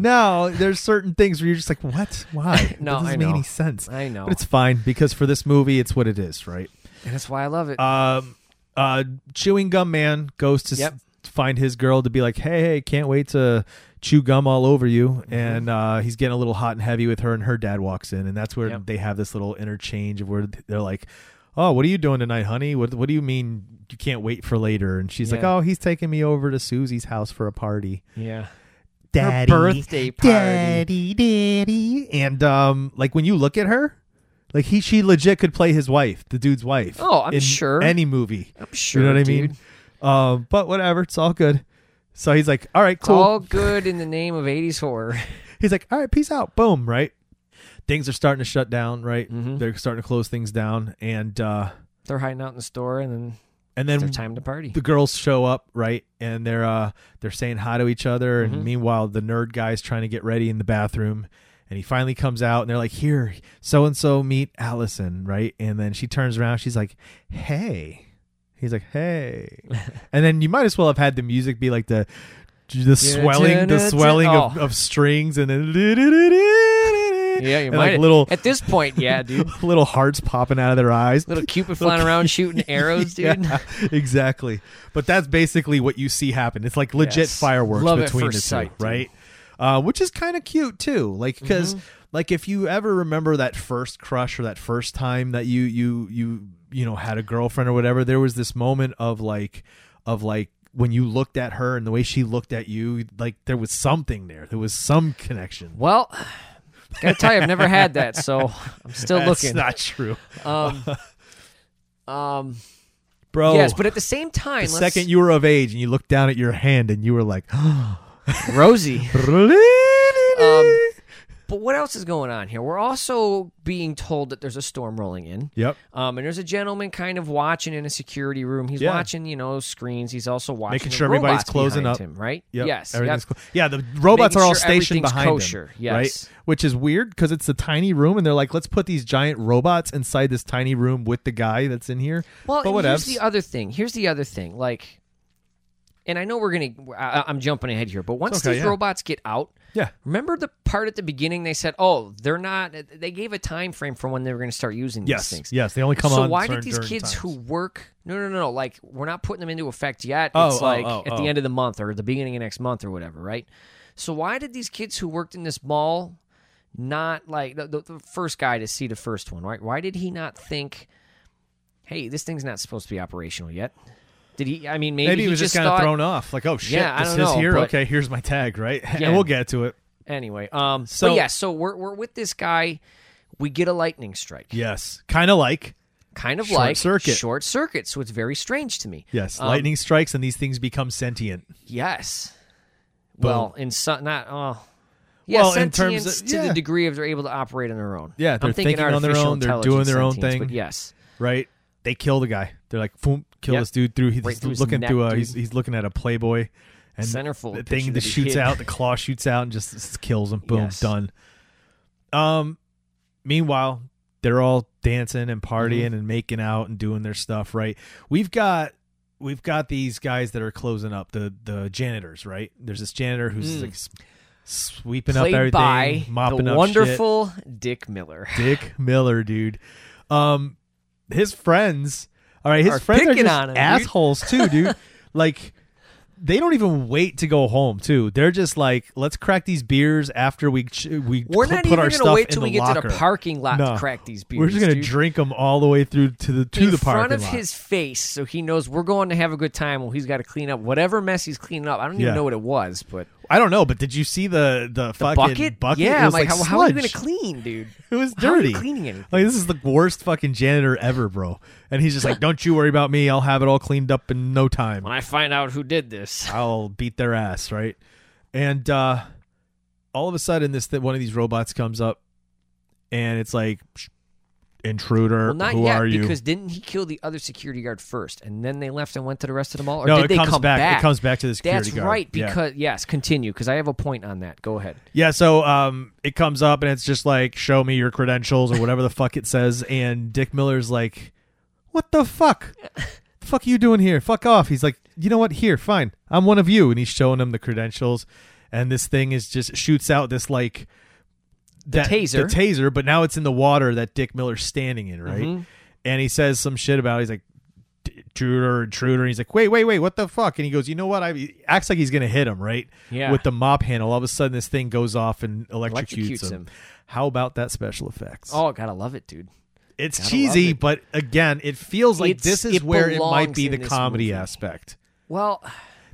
S1: [laughs] No, there's certain things where you're just like, what? Why?
S2: [laughs]
S1: that
S2: No,
S1: doesn't
S2: I
S1: make
S2: know.
S1: any sense.
S2: I know.
S1: But it's fine because for this movie, it's what it is, right?
S2: And that's why I love it.
S1: Um, uh, chewing gum man goes to s-
S2: Yep.
S1: find his girl to be like, hey, hey, can't wait to chew gum all over you.
S2: Mm-hmm.
S1: And uh, he's getting a little hot and heavy with her, and her dad walks in, and that's where
S2: Yep.
S1: they have this little interchange of where they're like. Oh, what are you doing tonight, honey? What What do you mean you can't wait for later? And she's like,
S2: Yeah.
S1: "Oh, he's taking me over to Susie's house for a party."
S2: yeah.
S1: daddy,
S2: birthday party.
S1: daddy, daddy, and um, like when you look at her, like he, she legit could play his wife, the dude's wife.
S2: Oh, I'm
S1: in
S2: sure.
S1: Any movie,
S2: I'm sure.
S1: you know what I
S2: dude.
S1: mean? Um, but whatever, it's all good. So he's like, all right,
S2: It's
S1: cool.
S2: all good in the name of 80s horror.
S1: he's like, all right, peace out, boom, right. Things are starting to shut down, right?
S2: Mm-hmm.
S1: They're starting to close things down, and uh,
S2: They're hiding out in the store and then
S1: and
S2: it's their
S1: then
S2: time to party.
S1: [laughs] the girls show up right and they're uh they're saying hi to each other and
S2: Mm-hmm.
S1: meanwhile the nerd guy's trying to get ready in the bathroom and he finally comes out and they're like here so and so meet allison right and then she turns around she's like hey he's like
S2: [laughs]
S1: hey and then you might as well have had the music be like the the swelling the swelling of,
S2: Oh.
S1: of strings and then [laughs] yeah
S2: yeah, you
S1: and
S2: might
S1: like little
S2: at this point, yeah, dude.
S1: little hearts popping out of their eyes [laughs]
S2: Little Cupid flying around shooting arrows, dude.
S1: yeah, [laughs] exactly. But that's basically what you see happen. It's like legit
S2: Yes.
S1: fireworks
S2: Love at
S1: between the
S2: first
S1: two,
S2: sight, dude. Mm-hmm.
S1: right? Uh, which is kind of cute too, like because like if you ever remember that first crush or that first time that you you you you know had a girlfriend or whatever, there was this moment of like of like when you looked at her and the way she looked at you, like there was something there. There was some connection.
S2: Well, gotta tell you, I've never had that, so I'm still
S1: That's
S2: looking.
S1: not true, [laughs]
S2: um, um,
S1: bro.
S2: yes, but at the same time,
S1: Oh. the
S2: let's-
S1: second you were of age and you looked down at your hand and you were
S2: [gasps]
S1: like,
S2: [laughs]
S1: [gasps] "Oh,
S2: Rosie.
S1: um,
S2: But what else is going on here? We're also being told that there's a storm rolling in.
S1: Yep.
S2: Um, and there's a gentleman kind of watching in a security room. He's
S1: Yeah.
S2: watching, you know, screens. He's also watching
S1: Making
S2: the
S1: sure everybody's
S2: robots
S1: closing
S2: behind
S1: up.
S2: him, right?
S1: Yep.
S2: Yes.
S1: Everything's
S2: yep.
S1: cl- yeah, the robots
S2: Making
S1: are all
S2: sure
S1: stationed
S2: everything's
S1: behind
S2: kosher,
S1: them,
S2: yes.
S1: right? Which is weird because it's a tiny room, and they're like, let's put these giant robots inside this tiny room with the guy that's in here.
S2: Well,
S1: but
S2: and here's
S1: whatevs.
S2: the other thing. Here's the other thing. Like, and I know we're gonna. I, I'm jumping ahead here, but once
S1: okay,
S2: these
S1: yeah.
S2: robots get out,
S1: yeah,
S2: remember the part at the beginning? They said, "Oh, they're not." They gave a time frame for when they were gonna start using
S1: yes,
S2: these things.
S1: yes. They only come
S2: so
S1: on.
S2: why
S1: turn-
S2: did these
S1: during
S2: kids
S1: times.
S2: who work? No, no, no, no. Like we're not putting them into effect yet.
S1: Oh,
S2: it's
S1: oh,
S2: like
S1: oh,
S2: at
S1: oh.
S2: the end of the month or the beginning of next month or whatever, right? So why did these kids who worked in this mall not like the, the, the first guy to see the first one, right? Why did he not think hey, this thing's not supposed to be operational yet. Did he? I mean, maybe,
S1: Maybe, he was just, kind
S2: thought-
S1: of thrown off. Like, oh shit,
S2: Yeah, I
S1: this
S2: don't
S1: is
S2: know,
S1: here.
S2: but-
S1: okay, here's my tag, right? [laughs]
S2: Yeah.
S1: and we'll get to it.
S2: Anyway, um, so
S1: So-
S2: yeah, so we're we're with this guy. We get a lightning strike,
S1: Yes, kind of like
S2: kind of
S1: Short
S2: like
S1: circuit.
S2: short circuit. So it's very strange to me.
S1: yes,
S2: Um,
S1: lightning strikes and these things become sentient.
S2: Yes.
S1: Boom.
S2: Well, in some not oh. Yeah,
S1: Well, in
S2: sentience
S1: terms of-
S2: to
S1: yeah.
S2: the degree of they're able to operate on their own.
S1: Yeah,
S2: I'm
S1: they're
S2: thinking,
S1: thinking on their
S2: artificial
S1: own, they're doing
S2: intelligence
S1: their own
S2: sentience,
S1: thing.
S2: But yes,
S1: right? They kill the guy. They're like, boom, kill
S2: Yep.
S1: this dude through. He's
S2: Right through his
S1: looking
S2: neck,
S1: through. A,
S2: dude.
S1: he's, he's looking at a Playboy, and
S2: Centerfold
S1: the
S2: picture
S1: thing
S2: that
S1: that
S2: he
S1: shoots
S2: hid.
S1: out. The claw shoots out and just, just kills him. Boom,
S2: Yes.
S1: done. Um, meanwhile, they're all dancing and partying
S2: Mm-hmm.
S1: and making out and doing their stuff. Right? We've got we've got these guys that are closing up the the janitors. Right? There's this janitor who's
S2: Mm.
S1: like s- sweeping up
S2: played
S1: everything,
S2: by
S1: mopping
S2: the
S1: up shit.
S2: wonderful
S1: [laughs]
S2: Dick Miller.
S1: Dick Miller, dude. Um, his friends, all right, his
S2: Are
S1: friends are
S2: picking
S1: just
S2: on him, dude.
S1: assholes too,
S2: [laughs]
S1: dude. like, they don't even wait to go home, too. They're just like, let's crack these beers after we ch- we
S2: We're
S1: cl-
S2: not
S1: put
S2: even
S1: our
S2: gonna
S1: stuff
S2: wait
S1: in
S2: till
S1: the
S2: we get
S1: locker.
S2: to the parking lot
S1: No.
S2: to crack these beers.
S1: We're just gonna
S2: dude.
S1: drink them all the way through to the to
S2: in
S1: the
S2: front
S1: parking
S2: of
S1: lot.
S2: his face, so he knows we're going to have a good time. Well, he's got to clean up whatever mess he's cleaning up. I don't even
S1: Yeah.
S2: know what it was, but
S1: I don't know, but did you see the the, fucking
S2: bucket, yeah.
S1: It
S2: I'm
S1: was
S2: like,
S1: like,
S2: how, how are you gonna
S1: sludge.
S2: clean, dude?
S1: It was
S2: How are you
S1: dirty.
S2: cleaning anything?
S1: Like this is the worst fucking janitor ever, bro. And he's
S2: [laughs]
S1: just like, "Don't you worry about me. I'll have it all cleaned up in no time."
S2: When I find out who did this,
S1: I'll beat their ass, right? And uh all of a sudden this that one of these robots comes up and it's like "Psh, intruder,
S2: [laughs] Well, not
S1: who
S2: yet,
S1: are you?
S2: because didn't he kill the other security guard first, and then they left and went to the rest of the mall? Or
S1: no,
S2: did
S1: it
S2: they
S1: comes
S2: come back?
S1: It comes back to the security
S2: That's
S1: guard.
S2: right.
S1: Yeah.
S2: Because yes, continue because I have a point on that. Go ahead.
S1: Yeah, so um, it comes up and it's just like, show me your credentials or whatever the fuck it says. And Dick Miller's like, what the fuck? The fuck you doing here? Fuck off. He's like, you know what? Here, fine. I'm one of you. And he's showing him the credentials. And this thing is just shoots out this like that,
S2: taser.
S1: The taser, but now it's in the water that Dick Miller's standing in, right?
S2: Mhm.
S1: And he says some shit about it. he's like, intruder, intruder. And he's like, wait, wait, wait, what the fuck? And he goes, you know what? I he acts like he's gonna hit him, right?
S2: Yeah.
S1: With the mop handle, all of a sudden this thing goes off and electrocutes,
S2: Electrocutes
S1: him.
S2: him.
S1: How about that special effects?
S2: Oh, gotta love it, dude.
S1: it's
S2: gotta
S1: cheesy,
S2: love it.
S1: but again, it feels like
S2: It's-
S1: this is
S2: it
S1: where it might
S2: belongs
S1: be
S2: in
S1: the
S2: this
S1: comedy
S2: movie.
S1: aspect.
S2: Well,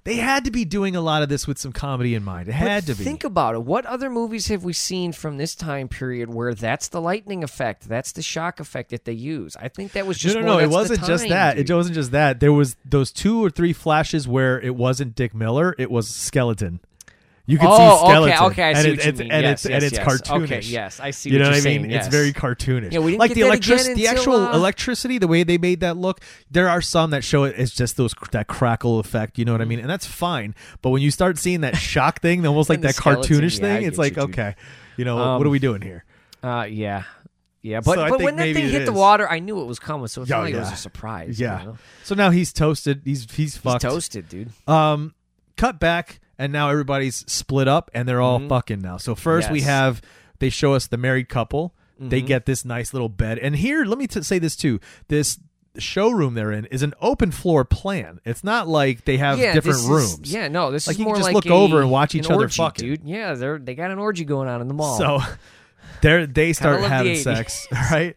S1: They had to be doing a lot of this with some comedy in mind. It
S2: but
S1: had to be.
S2: think about it. What other movies have we seen from this time period where that's the lightning effect, that's the shock effect that they use? I think that was just
S1: no,
S2: more
S1: no, no. It
S2: that's the
S1: wasn't just
S2: time,
S1: that.
S2: dude.
S1: It wasn't just that. There was those two or three flashes where it wasn't Dick Miller. It was skeleton. You could
S2: Oh,
S1: see
S2: okay,
S1: skeleton.
S2: okay, I
S1: and
S2: see
S1: it-
S2: what you
S1: it's-
S2: mean.
S1: And
S2: Yes,
S1: it's and
S2: yes,
S1: it's
S2: yes.
S1: cartoonish.
S2: Okay, yes, I see
S1: You
S2: what
S1: know
S2: you're
S1: what I
S2: saying,
S1: mean?
S2: yes.
S1: It's very cartoonish.
S2: Yeah, we didn't
S1: like
S2: get
S1: the
S2: that
S1: electric,
S2: again
S1: the actual
S2: until, uh,
S1: electricity, the way they made that look. There are some that show it as just those that crackle effect. You know
S2: Mm.
S1: what I mean? And that's fine. But when you start seeing that shock thing, almost like
S2: And the
S1: that
S2: skeleton,
S1: cartoonish
S2: yeah, I
S1: thing, it's
S2: get
S1: like
S2: you, dude.
S1: okay, you know
S2: Um,
S1: what are we doing here?
S2: Uh, yeah, yeah. But
S1: So I
S2: but
S1: think
S2: when that
S1: maybe
S2: thing
S1: it
S2: hit the
S1: is.
S2: water, I knew it was coming, so it's
S1: Yeah,
S2: not like it was
S1: yeah.
S2: a surprise. you
S1: Yeah.
S2: know?
S1: So now he's toasted. He's he's
S2: he's
S1: fucked.
S2: toasted, dude.
S1: um cut back and now everybody's split up and they're all fucking now so first we
S2: Mm-hmm. Yes. Mm-hmm.
S1: have they show us the married couple they get this nice little bed and here let me t- say this too this showroom they're in is an open floor plan it's not like they have
S2: yeah,
S1: different
S2: this is-
S1: rooms
S2: yeah, no, this
S1: Like,
S2: is
S1: you can
S2: more
S1: just
S2: like
S1: look
S2: a-
S1: over and watch each
S2: an
S1: other
S2: orgy,
S1: fucking.
S2: dude. Yeah, they're they got an orgy going on in the mall.
S1: so [laughs] they're, they start
S2: love the
S1: having
S2: 80s.
S1: sex [laughs] right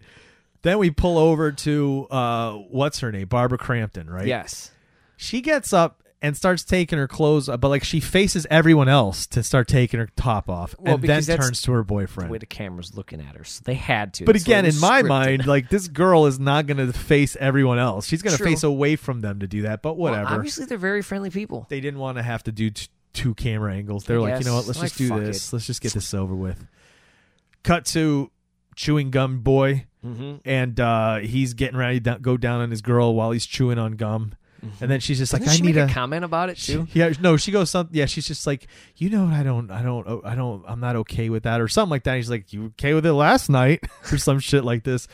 S1: then we pull over to uh what's her name barbara crampton right
S2: yes,
S1: she gets up and starts taking her clothes off, but like she faces everyone else to start taking her top off
S2: Well,
S1: and then
S2: because that's
S1: turns to her
S2: the
S1: boyfriend.
S2: way the camera's looking at her, so they had to.
S1: but
S2: It's like
S1: again,
S2: it
S1: in
S2: was
S1: my
S2: scripted.
S1: mind, like this girl is not going to face everyone else. She's going to
S2: True.
S1: face away from them to do that, but
S2: Well,
S1: whatever.
S2: obviously, they're very friendly people.
S1: they didn't want to have to do t- two camera angles. They're like, you know what?
S2: Yes.
S1: Let's
S2: Like,
S1: just do
S2: fuck
S1: this.
S2: it.
S1: Let's just get this over with. Cut to chewing gum boy, and uh, he's getting ready to go down on his girl while he's chewing on gum. And then she's just
S2: Didn't
S1: like,
S2: Mm-hmm. she
S1: I need
S2: make
S1: a
S2: comment about it
S1: She-
S2: too.
S1: Yeah, no, she goes something. Yeah, she's just like, you know, what? I don't, I don't, oh, I don't, I'm not okay with that, or something like that. And she's like, you okay with it last night, [laughs] or some shit like this.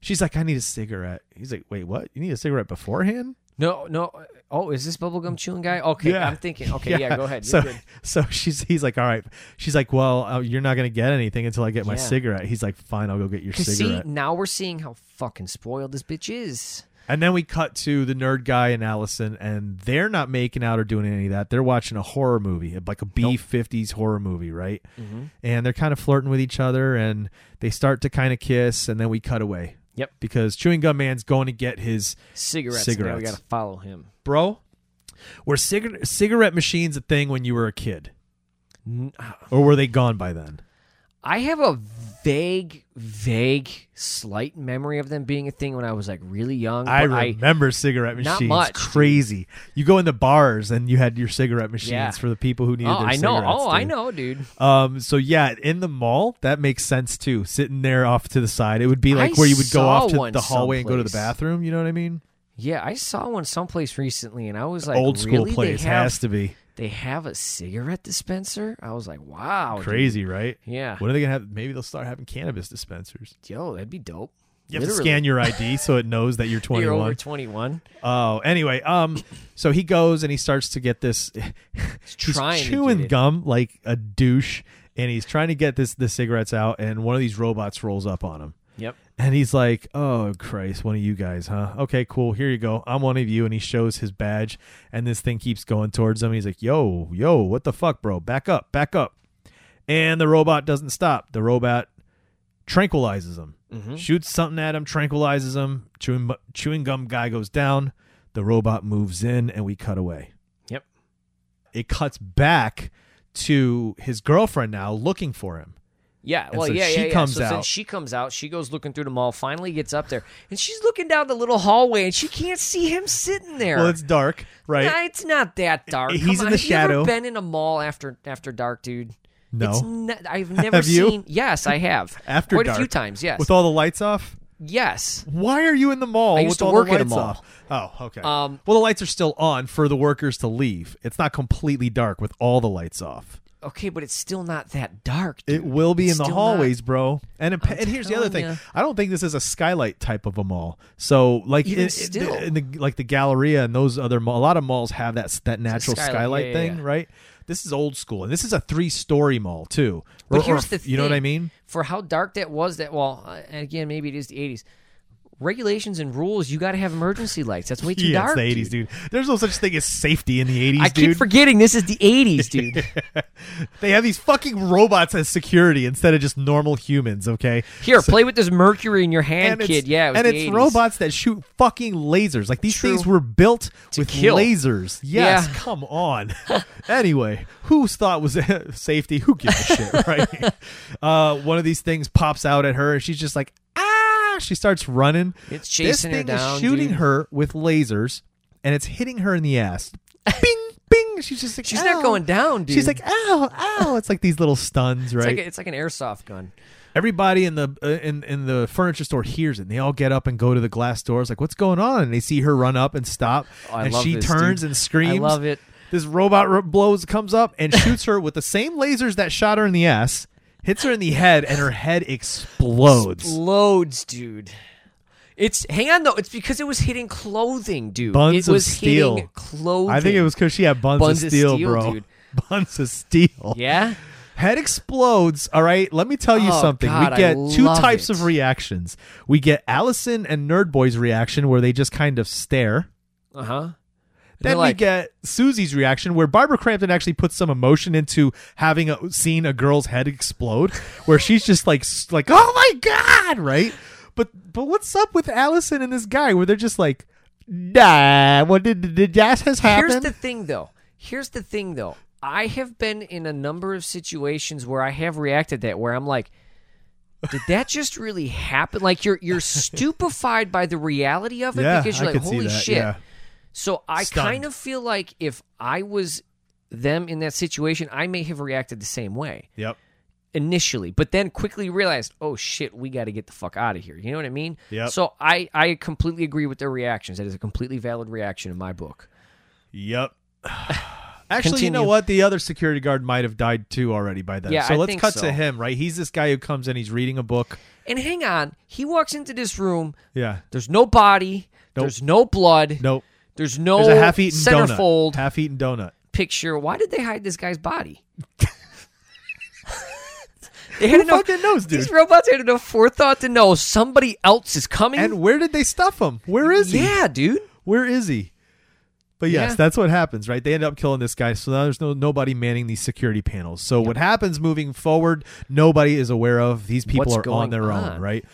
S1: She's like, I need a cigarette. He's like, wait, what? You need a cigarette beforehand?
S2: No, no. Oh, is this bubblegum chewing guy? Okay,
S1: Yeah.
S2: I'm thinking. Okay, yeah, go ahead.
S1: So,
S2: You're good.
S1: so she's, he's like, all right. She's like, well, uh, you're not gonna get anything until I get my
S2: Yeah.
S1: cigarette. He's like, fine, I'll go get your
S2: 'Cause
S1: cigarette.
S2: see, now we're seeing how fucking spoiled this bitch is.
S1: And then we cut to the nerd guy and Allison, and they're not making out or doing any of that. They're watching a horror movie, like a B fifties horror movie, right?
S2: Mm-hmm.
S1: And they're kind of flirting with each other, and they start to kind of kiss, and then we cut away.
S2: Yep.
S1: Because Chewing Gum Man's going to get his
S2: Cigarettes. Now we
S1: Cigarettes.
S2: got to follow him.
S1: bro. Were cigarette cigarette machines a thing when you were a kid, or were they gone by then?
S2: I have a vague, vague, slight memory of them being a thing when I was like really young.
S1: I
S2: but
S1: remember cigarette machines.
S2: Not much, dude.
S1: Crazy. You go in the bars and you had your cigarette machines
S2: Yeah.
S1: for the people who
S2: Oh,
S1: needed their
S2: I know.
S1: cigarettes,
S2: Oh, I
S1: dude.
S2: know, dude.
S1: Um, so yeah, in the mall, that makes sense too. Sitting there off to the side, it would be like
S2: I
S1: where you would go
S2: saw
S1: off to
S2: one
S1: the hallway and go to the
S2: someplace.
S1: bathroom. You know what I mean?
S2: Yeah, I saw one someplace recently, and I was like,
S1: Old school
S2: really?
S1: place
S2: They have,
S1: has to be
S2: They have a cigarette dispenser. I was like, wow, Oh, dude.
S1: crazy, right?
S2: Yeah.
S1: What are they gonna have? Maybe they'll start having cannabis dispensers.
S2: Yo, that'd be dope.
S1: You have
S2: Literally.
S1: to scan your ID so it knows that you're 21.
S2: [laughs] You're over 21.
S1: Oh, anyway, um, so he goes and he starts to get this. [laughs] He's,
S2: trying to
S1: chewing
S2: get it.
S1: gum like a douche, and he's trying to get this the cigarettes out, and one of these robots rolls up on him,
S2: Yep.
S1: and he's like, "Oh Christ, one of you guys, huh? Okay, cool. Here you go. I'm one of you." And he shows his badge, and this thing keeps going towards him. He's like, "Yo, yo, what the fuck, bro? Back up, back up!" And the robot doesn't stop. The robot tranquilizes him,
S2: Mm-hmm.
S1: shoots something at him, tranquilizes him. Chewing bu- chewing gum guy goes down. The robot moves in, and we cut away.
S2: Yep.
S1: It cuts back to his girlfriend now, looking for him.
S2: Yeah,
S1: And
S2: well,
S1: so
S2: yeah,
S1: she
S2: yeah, yeah.
S1: comes
S2: so since
S1: out.
S2: she comes out. She goes looking through the mall. Finally, gets up there, and she's looking down the little hallway, and she can't see him sitting there.
S1: Well, it's dark, right?
S2: Nah, it's not that dark.
S1: He's
S2: Come
S1: in
S2: on.
S1: the
S2: Have you ever
S1: shadow.
S2: been in a mall after after dark, dude?
S1: No.
S2: It's n-
S1: [laughs]
S2: I've never
S1: Have you?
S2: seen. Yes, I have.
S1: [laughs] After
S2: quite
S1: dark,
S2: a few times. Yes,
S1: with all the lights off.
S2: yes.
S1: Why are you in the mall
S2: I used
S1: with
S2: to
S1: all
S2: work
S1: the
S2: at a
S1: lights
S2: mall.
S1: off? Oh, okay.
S2: Um,
S1: well, the lights are still on for the workers to leave. It's not completely dark with all the lights off.
S2: Okay, but it's still not that dark. Dude.
S1: It will be
S2: It's
S1: in the
S2: still
S1: hallways, bro. And it-
S2: I'm
S1: and here's the other thing.
S2: telling ya.
S1: I don't think this is a skylight type of a mall. So like
S2: Even
S1: in, in-
S2: still.
S1: in the like the Galleria and those other mall, a lot of malls have that s- that natural
S2: skylight.
S1: skylight,
S2: Yeah, yeah,
S1: thing,
S2: yeah.
S1: right? This is old school, and this is a three story mall too.
S2: But
S1: Or- or
S2: here's
S1: f-
S2: the thing.
S1: you know what I mean?
S2: For how dark that was, that well, uh, and again, maybe it is the '80s. Regulations and rules. You got to have emergency lights. That's way too
S1: yeah,
S2: dark.
S1: it's the '80s, dude. There's no such thing as safety in the '80s,
S2: I
S1: dude.
S2: keep forgetting this is the '80s,
S1: [laughs]
S2: dude.
S1: They have these fucking robots as security instead of just normal humans, okay?
S2: Here, play with this mercury in your hand,
S1: it's-
S2: kid. Yeah, it was
S1: and
S2: the
S1: it's
S2: 80s.
S1: robots that shoot fucking lasers. Like these
S2: True.
S1: things were built with
S2: kill.
S1: lasers. Yes,
S2: Yeah.
S1: come
S2: [laughs]
S1: on. [laughs] anyway, whose thought was [laughs] safety? Who gives a shit, [laughs] right? uh, one of these things pops out at her, and she's just like, ah! She starts running.
S2: It's chasing her
S1: this thing
S2: down,
S1: Is shooting
S2: dude.
S1: her with lasers, and it's hitting her in the ass. Bing, bing. She's just like,
S2: She's not
S1: "Ow."
S2: going down, dude.
S1: She's like, ow, ow. It's like these little stuns,
S2: It's
S1: right?
S2: like, a- it's like an airsoft gun.
S1: Everybody in the uh, in in the furniture store hears it. And they all get up and go to the glass doors. Like, what's going on? And they see her run up and stop.
S2: Oh, I
S1: and
S2: love
S1: she
S2: this,
S1: turns
S2: dude.
S1: and screams.
S2: I love it.
S1: This robot r- blows comes up
S2: [laughs]
S1: and shoots her with the same lasers that shot her in the ass. Hits her in the head, and her head explodes.
S2: Loads, dude. It's hang on though. It's because it was hitting clothing, dude.
S1: Buns
S2: it was
S1: of steel.
S2: hitting clothing.
S1: I think it was because she had buns,
S2: Buns
S1: of
S2: of
S1: steel,
S2: steel,
S1: bro.
S2: dude.
S1: [laughs] Buns of steel.
S2: Yeah.
S1: Head explodes. All right, let me tell you
S2: Oh,
S1: something.
S2: God,
S1: we get
S2: I
S1: two
S2: love
S1: types
S2: it.
S1: of reactions. We get Allison and Nerd Boy's reaction, where they just kind of stare.
S2: Uh huh.
S1: Then
S2: like-
S1: we get Susie's reaction, where Barbara Crampton actually puts some emotion into having a, seen a girl's head explode, where she's just like, s- like, oh my god, right? But but what's up with Allison and this guy, where they're just like, nah, what did, did that has happened?
S2: Here's the thing, though. Here's the thing, though. I have been in a number of situations where I have reacted that where I'm like, did that just really happen? Like you're
S1: [laughs]
S2: you're stupefied by the reality of it
S1: yeah,
S2: because
S1: I
S2: you're like,
S1: could see
S2: holy
S1: that,
S2: shit.
S1: yeah.
S2: So I
S1: Stunned.
S2: kind of feel like if I was them in that situation, I may have reacted the same way
S1: Yep.
S2: initially, but then quickly realized, oh shit, we got to get the fuck out of here. You know what I mean?
S1: Yep.
S2: So I I completely agree with their reactions. That is a completely valid reaction in my book. [sighs]
S1: Yep. Actually, you know
S2: Continue.
S1: what? The other security guard might have died too already by then.
S2: Yeah,
S1: so
S2: I
S1: let's
S2: think
S1: cut
S2: so.
S1: to him, right? He's this guy who comes in, he's reading a book.
S2: And hang on, he walks into this room.
S1: Yeah.
S2: There's no body.
S1: Nope.
S2: There's no blood.
S1: Nope.
S2: There's no
S1: There's a half eaten
S2: Oh, centerfold
S1: donut. Half eaten donut.
S2: picture. Why did they hide this
S1: [laughs]
S2: guy's body? they had
S1: Who
S2: enough.
S1: fucking knows, dude?
S2: These robots had enough forethought to know somebody else is coming.
S1: And where did they stuff him? Where is he?
S2: yeah, dude.
S1: Where is he? But yes,
S2: Yeah.
S1: that's what happens, right? They end up killing this guy, so now there's no nobody manning these security panels. So what happens moving forward, nobody is aware of. These people
S2: What's
S1: are on
S2: going
S1: their
S2: on?
S1: own, right?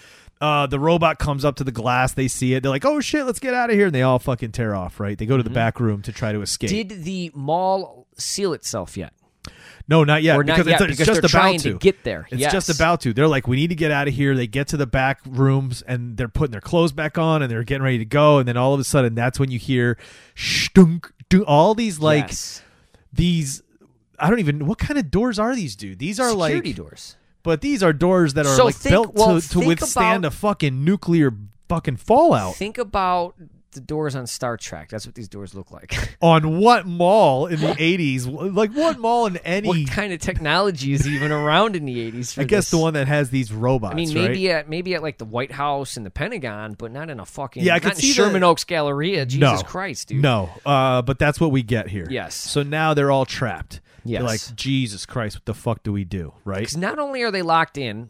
S1: Uh, the robot comes up to the glass. They see it. They're like, "Oh shit, let's get out of here!" And they all fucking tear off. Right? They go to the back room to try to escape.
S2: Mm-hmm. Did the mall seal itself yet?
S1: no, not yet.
S2: or not
S1: because
S2: yet,
S1: it's, it's
S2: because
S1: just
S2: they're
S1: about
S2: trying to get there.
S1: It's
S2: Yes.
S1: just about to. They're like, "We need to get out of here." They get to the back rooms and they're putting their clothes back on and they're getting ready to go. And then all of a sudden, that's when you hear, "Shtunk!" Do all these like
S2: Yes.
S1: these? I don't even what kind of doors are these, dude? These are
S2: security
S1: like
S2: doors.
S1: But these are doors that are
S2: So
S1: like
S2: think-
S1: built
S2: well,
S1: to, to
S2: think
S1: withstand
S2: about-
S1: a fucking nuclear fucking fallout.
S2: Think about the doors on Star Trek. That's what these doors look like. [laughs]
S1: On what mall in the eighties? Like what mall in any?
S2: what kind of technology is even around in the eighties?
S1: I guess the one that has these robots.
S2: I mean,
S1: right?
S2: maybe at maybe at like the White House and the Pentagon, but not in a fucking
S1: Yeah, I
S2: not
S1: could
S2: in
S1: see
S2: Sherman
S1: the-
S2: Oaks Galleria.
S1: no.
S2: Jesus Christ, dude.
S1: No, uh, but that's what we get here.
S2: Yes.
S1: So now they're all trapped. They're
S2: Yes.
S1: like Jesus Christ, what the fuck do we do? Right?
S2: Because not only are they locked in,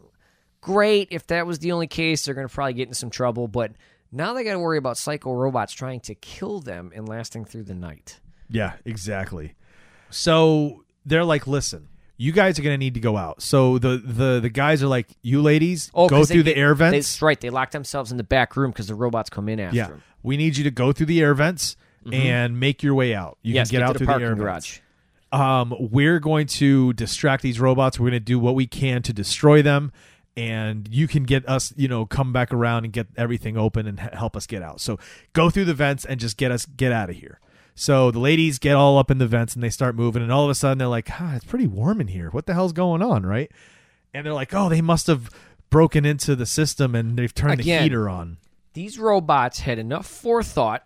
S2: great. If that was the only case, they're going to probably get in some trouble. But now they got to worry about psycho robots trying to kill them and lasting through the night.
S1: Yeah, exactly. So they're like, listen. You guys are gonna need to go out. So the the, the guys are like, you ladies, go
S2: Oh, 'cause they
S1: through the
S2: get-
S1: air
S2: they-
S1: vents.
S2: That's right. They lock themselves in the back room because the robots come in after
S1: Yeah.
S2: them.
S1: We need you to go through the air vents and make your way out. You
S2: Mm-hmm. yes,
S1: can get, out
S2: to the
S1: through
S2: parking
S1: air
S2: garage.
S1: vents. Um, we're going to distract these robots. We're going to do what we can to destroy them. And you can get us, you know, come back around and get everything open and h- help us get out. So go through the vents and just get us get out of here. So the ladies get all up in the vents and they start moving. And all of a sudden they're like, ah, it's pretty warm in here. What the hell's going on, right? And they're like, oh, they must have broken into the system and they've turned
S2: Again.
S1: the heater on.
S2: These robots had enough forethought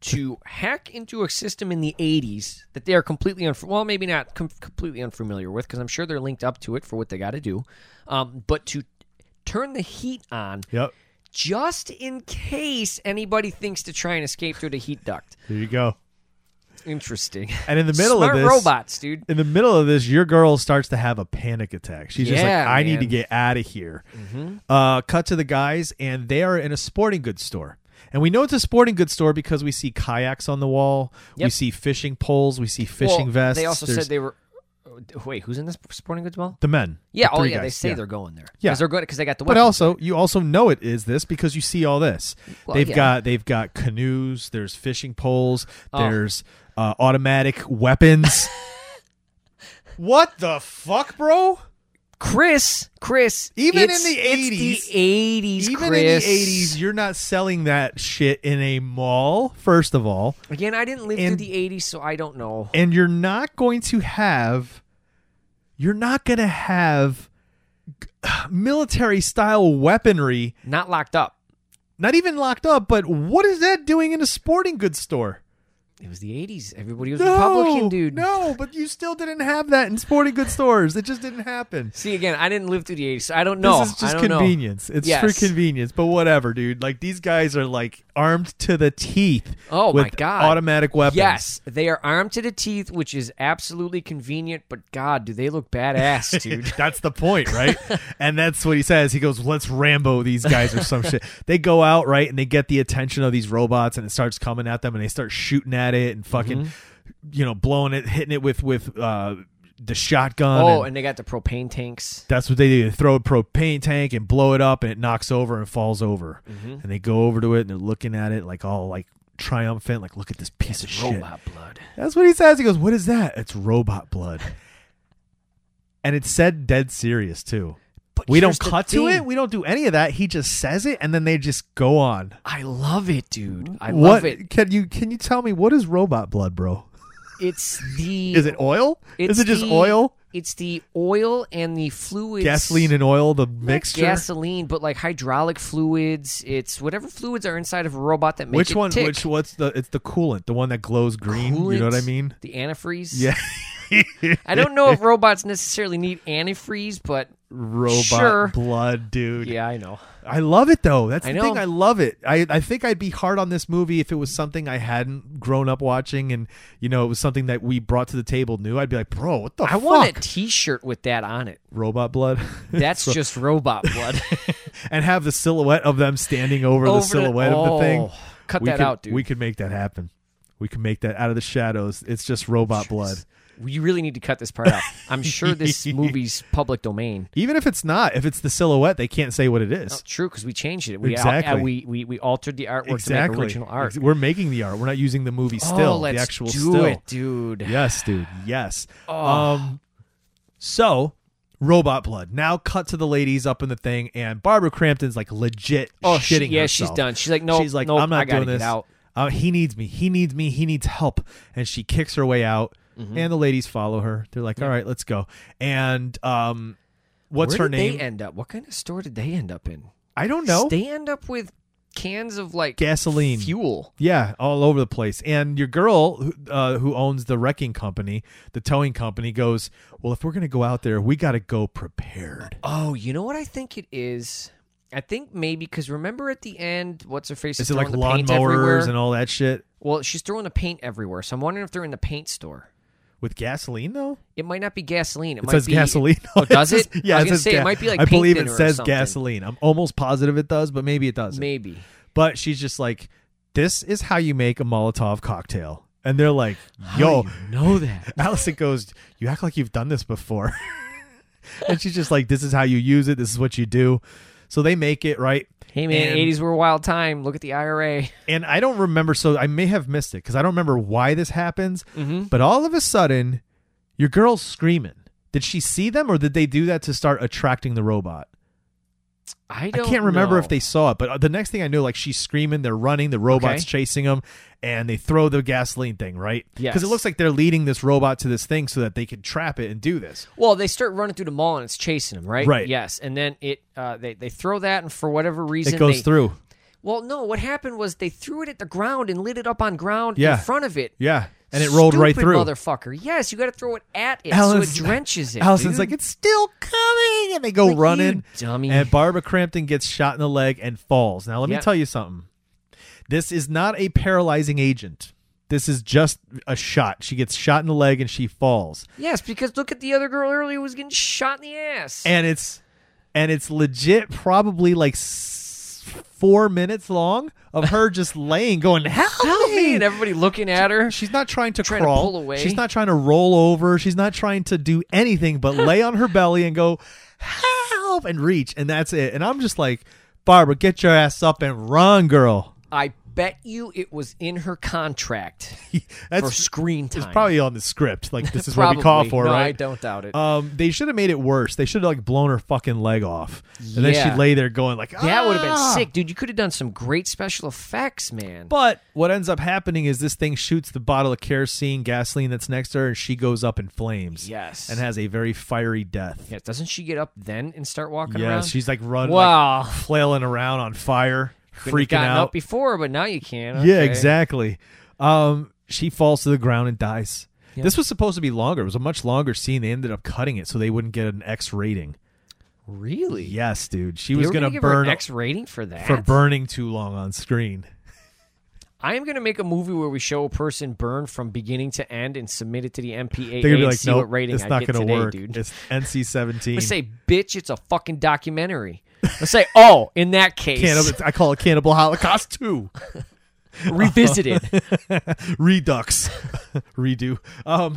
S2: to hack into a system in the 80s that they are completely unf- well maybe not com- completely unfamiliar with because i'm sure they're linked up to it for what they got to do um, but to turn the heat on
S1: Yep.
S2: just in case anybody thinks to try and escape through the heat duct
S1: There you go.
S2: interesting
S1: And in the middle
S2: Smart
S1: of this,
S2: robots dude
S1: in the middle of this, your girl starts to have a panic attack. She's just like,
S2: Yeah,
S1: "I need to
S2: man. Mm-hmm.
S1: get out of here." Uh, cut to the guys, and they are in a sporting goods store. And we know it's a sporting goods store because we see kayaks on the wall, we
S2: Yep.
S1: see fishing poles, we see fishing
S2: Well,
S1: vests.
S2: they also
S1: There's
S2: said they were oh, wait who's in this sporting goods mall
S1: the men.
S2: yeah
S1: the
S2: oh
S1: three
S2: yeah they
S1: guys,
S2: say they're going there
S1: Yeah.
S2: because they're good because they got the
S1: But
S2: weapons
S1: also, you also know it is this because you see all this.
S2: Well,
S1: they've
S2: yeah.
S1: got they've got canoes. There's fishing poles.
S2: Oh.
S1: There's uh, automatic
S2: [laughs]
S1: weapons. what the fuck, bro?
S2: Chris, Chris,
S1: Even
S2: it's-
S1: in the
S2: it's the eighties,
S1: Even
S2: Chris.
S1: in the 80s, you're not selling that shit in a mall, first of all,
S2: Again, I didn't live
S1: And-
S2: through the eighties, so I don't know.
S1: and you're not going to have you're not going to have military style weaponry
S2: Not locked up.
S1: not even locked up, but what is that doing in a sporting goods store?
S2: It was the eighties. Everybody was
S1: No,
S2: Republican, dude.
S1: No, but you still didn't have that in sporting goods stores. It just didn't happen.
S2: See, again, I didn't live through the eighties, so I don't know.
S1: This is
S2: I
S1: just
S2: don't know.
S1: convenience. It's for
S2: Yes.
S1: convenience, but whatever, dude. Like these guys are like armed to the teeth.
S2: Oh, my
S1: with
S2: God.
S1: Automatic weapons.
S2: Yes, they are armed to the teeth, which is absolutely convenient. But God, do they look
S1: [laughs]
S2: badass, dude?
S1: That's the point, right? and that's what he says. He goes, "Let's Rambo these guys or some shit." They go out right and they get the attention of these robots, and it starts coming at them, and they start shooting at it and fucking,
S2: Mm-hmm.
S1: you know, blowing it, hitting it with with uh, the shotgun.
S2: oh,
S1: and-
S2: and they got the propane tanks.
S1: that's what they do. They throw a propane tank and blow it up, and it knocks over and falls over.
S2: Mm-hmm.
S1: And they go over to it and they're looking at it like all like triumphant, like look at this piece of shit.
S2: Robot blood.
S1: That's what he says. He goes, "What is that?" It's robot blood. And it's said dead serious too.
S2: But
S1: we don't
S2: here's the
S1: cut to it.
S2: thing.
S1: We don't do any of that. He just says it, and then they just go on.
S2: I love it, dude. I
S1: what
S2: love it.
S1: can you can you tell me what is robot blood, bro?
S2: It's the
S1: Is it oil?
S2: It's
S1: is it just
S2: the-
S1: oil,
S2: It's the oil and the fluids.
S1: gasoline, and oil? The
S2: Not
S1: mixture.
S2: Gasoline, but like hydraulic fluids. It's whatever fluids are inside of a robot that make
S1: which
S2: it
S1: one?
S2: tick.
S1: Which what's the? It's the coolant, the one that glows green. You know what I
S2: Coolant,
S1: mean?
S2: The antifreeze.
S1: Yeah.
S2: [laughs] I don't know if robots necessarily need antifreeze, but
S1: Robot
S2: Sure.
S1: blood, dude.
S2: yeah, I know.
S1: I love it though. That's
S2: I
S1: the
S2: know.
S1: thing. I love it. I, I think I'd be hard on this movie if it was something I hadn't grown up watching, and you know it was something that we brought to the table new. I'd be like, bro, what the
S2: I
S1: fuck?
S2: want a T-shirt with that
S1: [laughs]
S2: on it.
S1: robot blood.
S2: That's just robot
S1: [laughs]
S2: blood.
S1: and have the silhouette of them standing over,
S2: Over
S1: the
S2: the-
S1: silhouette of the thing.
S2: Oh, cut
S1: we
S2: that
S1: could-
S2: out, dude.
S1: We could make that happen. We could make that out of the shadows. It's just robot blood.
S2: you really need to cut this part out. I'm sure
S1: [laughs]
S2: this movie's public domain.
S1: Even if it's not, if it's the silhouette, they can't say what it is.
S2: Well, true, because we changed it. We,
S1: Exactly.
S2: uh, we, we we altered the artwork Oh, to make original art.
S1: Ex- We're making the art. We're not using the movie still.
S2: oh, let's
S1: the actual
S2: do
S1: still.
S2: it, Oh. dude.
S1: Yes, dude. Yes. Um so Robot Blood. Now cut to the ladies up in the thing and Barbara Crampton's like legit
S2: Oh, she-
S1: shitting
S2: yeah,
S1: herself.
S2: she's done. She's like, nope,
S1: she's like,
S2: nope,
S1: I'm not
S2: I gotta
S1: doing this.
S2: get out.
S1: Uh, he needs me. He needs me. He needs help. And she kicks her way out.
S2: Mm-hmm.
S1: And the ladies follow her. They're like, all right, let's go. And um what's
S2: Where
S1: her
S2: did
S1: name?
S2: They end up. What kind of store did they end up in?
S1: I don't know.
S2: They end up with cans of like
S1: Gasoline.
S2: fuel.
S1: Yeah, all over the place. And your girl, who, uh, who owns the wrecking company, the towing company, goes, "Well, if we're gonna go out there, we gotta go prepared."
S2: Oh, you know what I think it is. I think maybe because remember at the end, what's her face?
S1: Is it like
S2: throwing the paint everywhere?
S1: lawnmowers and all that shit
S2: Well, she's throwing the paint everywhere, so I'm wondering if they're in the paint store.
S1: with gasoline though?
S2: It might not be gasoline. It,
S1: It
S2: might
S1: says
S2: be,
S1: gasoline.
S2: Oh, does
S1: says- [laughs]
S2: it?
S1: yeah,
S2: I was gonna
S1: says
S2: say
S1: ga-
S2: it might be like.
S1: I
S2: paint
S1: believe it
S2: thinner or
S1: says
S2: something.
S1: gasoline. I'm almost positive it does, but maybe it doesn't.
S2: Maybe.
S1: But she's just like, "This is how you make a Molotov cocktail," and they're like, "Yo,
S2: know that.
S1: [laughs] Allison goes, You act like you've done this before. [laughs] and she's just like, This is how you use it. This is what you do. So they make it, right?
S2: Hey man,
S1: And-
S2: 80s were a wild time. Look at the IRA.
S1: And I don't remember. So I may have missed it because I don't remember why this happens.
S2: Mm-hmm.
S1: But all of a sudden, your girl's screaming. Did she see them or did they do that to start attracting the robot?
S2: I
S1: I
S2: don't.
S1: can't remember
S2: know.
S1: if they saw it, but uh, the next thing I knew, like she's screaming, they're running, the robot's
S2: Okay.
S1: chasing them, and they throw the gasoline thing, right? Because
S2: Yes.
S1: it looks like they're leading this robot to this thing so that they can trap it and do this.
S2: Well, they start running through the mall and it's chasing them, right?
S1: Right.
S2: Yes, and then it uh, they they throw that, and for whatever reason,
S1: It goes
S2: they-
S1: through.
S2: Well, no, what happened was they threw it at the ground and lit it up on ground
S1: Yeah.
S2: in front of it.
S1: Yeah. And it rolled right
S2: Stupid
S1: through.
S2: motherfucker. Yes, you got to throw it at it
S1: Allison's-
S2: so it drenches it.
S1: Allison's
S2: dude.
S1: like, it's still coming. And they go
S2: Like, you
S1: running.
S2: dummy.
S1: And Barbara Crampton gets shot in the leg and falls. Now, let me
S2: Yeah.
S1: tell you something. This is not a paralyzing agent. This is just a shot. She gets shot in the leg and she falls.
S2: yes, because look at the other girl earlier who was getting shot in the ass. [laughs]
S1: And it's and it's legit probably like s- 4 minutes long of
S2: [laughs]
S1: her just laying going, "Help,
S2: Help
S1: me."
S2: me, and everybody looking at her.
S1: She's not trying to
S2: Trying to
S1: crawl.
S2: pull away.
S1: She's not trying to roll over. She's not trying to do anything but lay on her belly and go help and reach, and that's it. And I'm just like, Barbara, get your ass up and run, girl. [laughs]
S2: I bet you it was in her contract for
S1: That's
S2: screen time.
S1: it's probably on the script. Like this is what
S2: Probably.
S1: we call for,
S2: no,
S1: right?
S2: I don't doubt it.
S1: Um, they should have made it worse. They should have like blown her fucking leg off, and then
S2: Yeah.
S1: she'd lay there going like,
S2: That would have
S1: "Ah!"
S2: been sick, dude. You could have done some great special effects, man.
S1: But what ends up happening is this thing shoots the bottle of kerosene, gasoline that's next to her, and she goes up in flames.
S2: Yes.
S1: and has a very fiery death.
S2: yes, doesn't she get up then and start walking
S1: Yeah,
S2: around?
S1: she's like running,
S2: Wow.
S1: like, flailing around on fire,
S2: Couldn't have
S1: freaking
S2: gotten
S1: out.
S2: up before, but now you can.
S1: Yeah,
S2: Okay.
S1: exactly. Um, she falls to the ground and dies.
S2: Yeah.
S1: This was supposed to be longer. It was a much longer scene. They ended up cutting it so they wouldn't get an X rating.
S2: Really?
S1: Yes, dude. She
S2: They
S1: was
S2: were
S1: gonna,
S2: give her
S1: burn
S2: an X rating for that.
S1: for burning too long on screen.
S2: I am gonna make a movie where we show a person burn from beginning to end and submit it to the
S1: They're gonna
S2: MPAA
S1: be
S2: and
S1: like,
S2: see
S1: no,
S2: what rating
S1: it's
S2: I
S1: not
S2: get
S1: gonna
S2: today,
S1: work.
S2: dude.
S1: It's NC seventeen.
S2: Let's say, bitch, it's a fucking
S1: [laughs]
S2: documentary. Let's say, oh, in that case,
S1: Cannibal, I call it Cannibal Holocaust two.
S2: [laughs] revisit
S1: [laughs]
S2: it.
S1: redux [laughs] redo um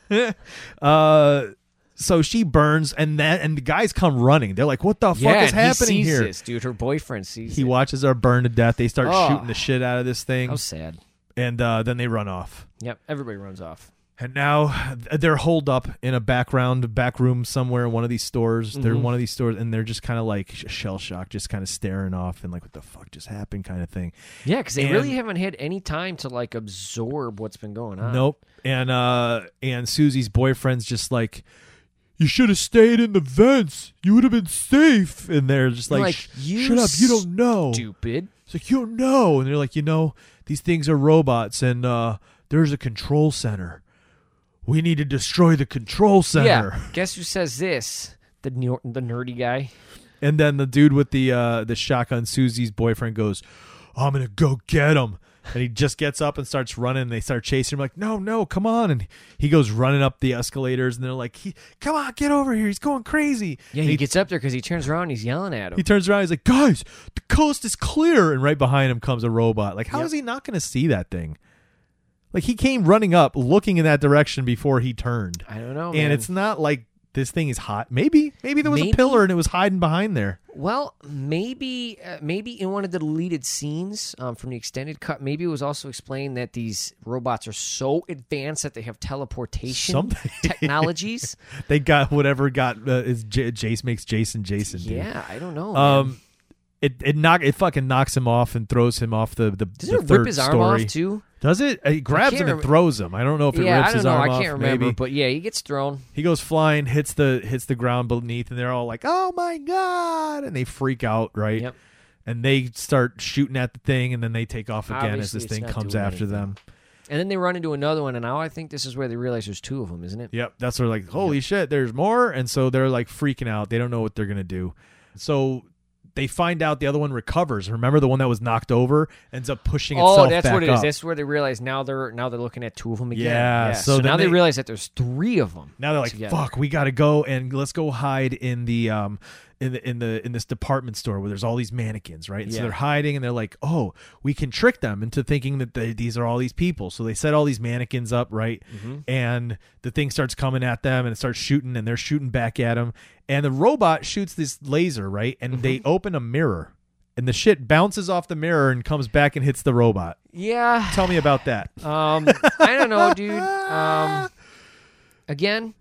S1: [laughs] uh so she burns and that and the guys come running they're like what the
S2: yeah,
S1: fuck is
S2: and
S1: happening
S2: he sees
S1: here
S2: this, dude. Her boyfriend sees
S1: he
S2: it.
S1: watches her burn to death they start
S2: Oh.
S1: shooting the shit out of this thing
S2: How sad.
S1: and uh then they run off
S2: Yep, everybody runs off.
S1: and now th- they're holed up in a background back room somewhere in one of these stores they're in
S2: Mm-hmm.
S1: one of these stores and they're just kind of like shell shocked just kind of staring off and like what the fuck just happened kind of thing
S2: Yeah, because they
S1: And-
S2: really haven't had any time to like absorb what's been going on.
S1: Nope. And uh and Susie's boyfriend's just like you should have stayed in the vents. You would have been safe. And they're just like,
S2: Like,
S1: "Sh-
S2: you
S1: shut up. You don't know.
S2: stupid.
S1: It's like, you don't know. And they're like, you know, these things are robots and uh, there's a control center. We need to destroy the control center.
S2: Yeah. Guess who says this? The ner- the nerdy guy.
S1: And then the dude with the uh, the shotgun, Susie's boyfriend, goes, "I'm gonna go get him." And he just gets up and starts running. And they start chasing him, like, "No, no, come on!" And he goes running up the escalators, and they're like, he, "Come on, get over here! He's going crazy!"
S2: Yeah,
S1: And
S2: he,
S1: he,
S2: gets up there because he turns around and he's yelling at him.
S1: he turns around, he's like, "Guys, the coast is clear!" And right behind him comes a robot. Like, how is he not gonna see that thing? Like he came running up, looking in that direction before he turned.
S2: I don't know.
S1: and
S2: man.
S1: it's not like this thing is hot. Maybe, maybe there was
S2: Maybe.
S1: a pillar and it was hiding behind there.
S2: well, maybe uh, maybe in one of the deleted scenes um, from the extended cut, maybe it was also explained that these robots are so advanced that they have teleportation
S1: Something. [laughs]
S2: technologies.
S1: They got whatever got uh, is J- Jace makes Jason Jason. dude.
S2: yeah, I don't know. man.
S1: Um, it it knock it fucking knocks him off and throws him off the the,
S2: Does
S1: the
S2: it
S1: third
S2: rip his arm
S1: story.
S2: off too?
S1: Does it? It grabs
S2: can't
S1: him and
S2: remem-
S1: throws him. I don't know if it
S2: yeah,
S1: rips
S2: I
S1: his
S2: don't know.
S1: arm
S2: I
S1: off.
S2: can't remember,
S1: maybe.
S2: but yeah, he gets thrown.
S1: He goes flying, hits the hits the ground beneath, and they're all like, "Oh my god!" and they freak out, right?
S2: Yep.
S1: And they start shooting at the thing, and then they take off again
S2: Obviously,
S1: as
S2: it's
S1: this thing
S2: not
S1: comes
S2: doing
S1: after
S2: anything.
S1: them.
S2: And then they run into another one, and now I think this is where they realize there's two of them, isn't it?
S1: Yep, that's where like, holy shit, there's more, and so they're like freaking out. They don't know what they're gonna do. So they find out the other one recovers. Remember the one that was knocked over ends up pushing itself
S2: Oh, that's
S1: back
S2: what it is.
S1: up.
S2: That's where they realize now they're now they're looking at two of them again.
S1: Yeah, so
S2: So,
S1: then
S2: now they,
S1: they-
S2: realize that there's three of them.
S1: Now they're like,
S2: together.
S1: "Fuck, we gotta go and let's go hide in the um in the in the in this department store where there's all these mannequins, right?" And So
S2: Yeah.
S1: they're hiding, and they're like, "Oh, we can trick them into thinking that they, these are all these people." So they set all these mannequins up, right?
S2: Mm-hmm.
S1: And the thing starts coming at them, and it starts shooting, and they're shooting back at them, and the robot shoots this laser, right? And they
S2: Mm-hmm.
S1: open a mirror, and the shit bounces off the mirror and comes back and hits the robot.
S2: Yeah.
S1: Tell me about
S2: [sighs]
S1: that.
S2: Um, I don't know, dude. Um, again,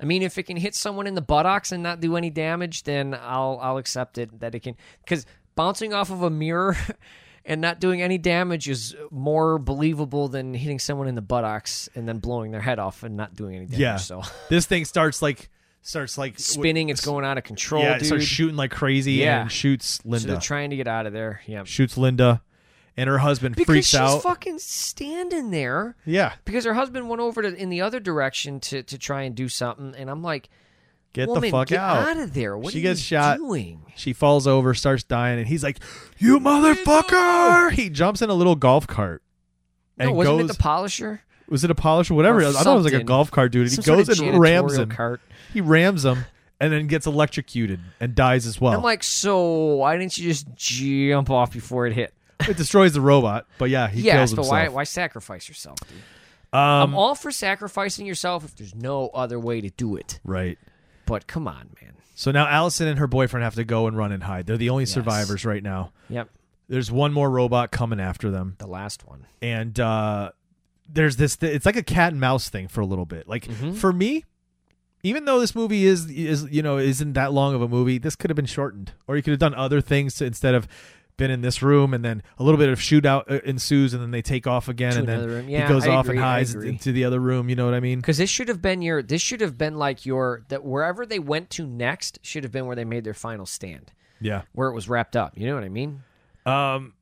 S2: I mean, if it can hit someone in the buttocks and not do any damage, then I'll I'll accept it that it can. Because bouncing off of a mirror [laughs] and not doing any damage is more believable than hitting someone in the buttocks and then blowing their head off and not doing any damage.
S1: Yeah.
S2: So
S1: this thing starts like starts like
S2: [laughs] spinning, it's going out of control,
S1: yeah, it
S2: dude.
S1: starts shooting like crazy
S2: Yeah.
S1: and shoots
S2: So they're
S1: Linda.
S2: trying to get out of there. Yeah.
S1: shoots Linda, and her husband
S2: Because
S1: freaks
S2: she's
S1: out.
S2: fucking standing there.
S1: yeah,
S2: Because her husband went over to, in the other direction to, to try and do something, and I'm like,
S1: get
S2: "Woman,
S1: the fuck
S2: get
S1: out.
S2: of there! What
S1: she
S2: are
S1: gets
S2: you
S1: shot.
S2: doing?"
S1: She falls over, starts dying, and he's like, "You motherfucker!" He jumps in a little golf cart.
S2: No,
S1: And
S2: wasn't
S1: goes,
S2: it the polisher?
S1: was it a polish or whatever?
S2: or
S1: I thought it was like a
S2: something?
S1: golf cart, dude.
S2: Some
S1: He
S2: sort
S1: goes
S2: of
S1: and rams
S2: janitorial
S1: him.
S2: Cart.
S1: He rams him, and then gets electrocuted and dies as well.
S2: I'm like, so why didn't you just jump off before it hit?
S1: it destroys the robot, but yeah, he
S2: yes,
S1: kills
S2: but
S1: himself.
S2: why why sacrifice yourself? Dude?
S1: Um,
S2: I'm all for sacrificing yourself if there's no other way to do it.
S1: right.
S2: But come on, man.
S1: So now Allison and her boyfriend have to go and run and hide. They're the only survivors right now.
S2: Yep,
S1: There's one more robot coming after them,
S2: the last one.
S1: and uh, there's this. Th- it's like a cat and mouse thing for a little bit. Like
S2: Mm-hmm.
S1: for me, even though this movie is is you know isn't that long of a movie, this could have been shortened, or you could have done other things to, instead of been in this room and then a little bit of shootout uh, ensues, and then they take off again,
S2: To
S1: and then
S2: another room.
S1: he
S2: Yeah,
S1: goes
S2: I
S1: off
S2: agree,
S1: and
S2: I
S1: hides
S2: agree.
S1: into the other room. You know what I mean?
S2: Because this should have been your. This should have been like your that wherever they went to next should have been where they made their final stand,
S1: Yeah.
S2: where it was wrapped up. You know what I mean?
S1: Um,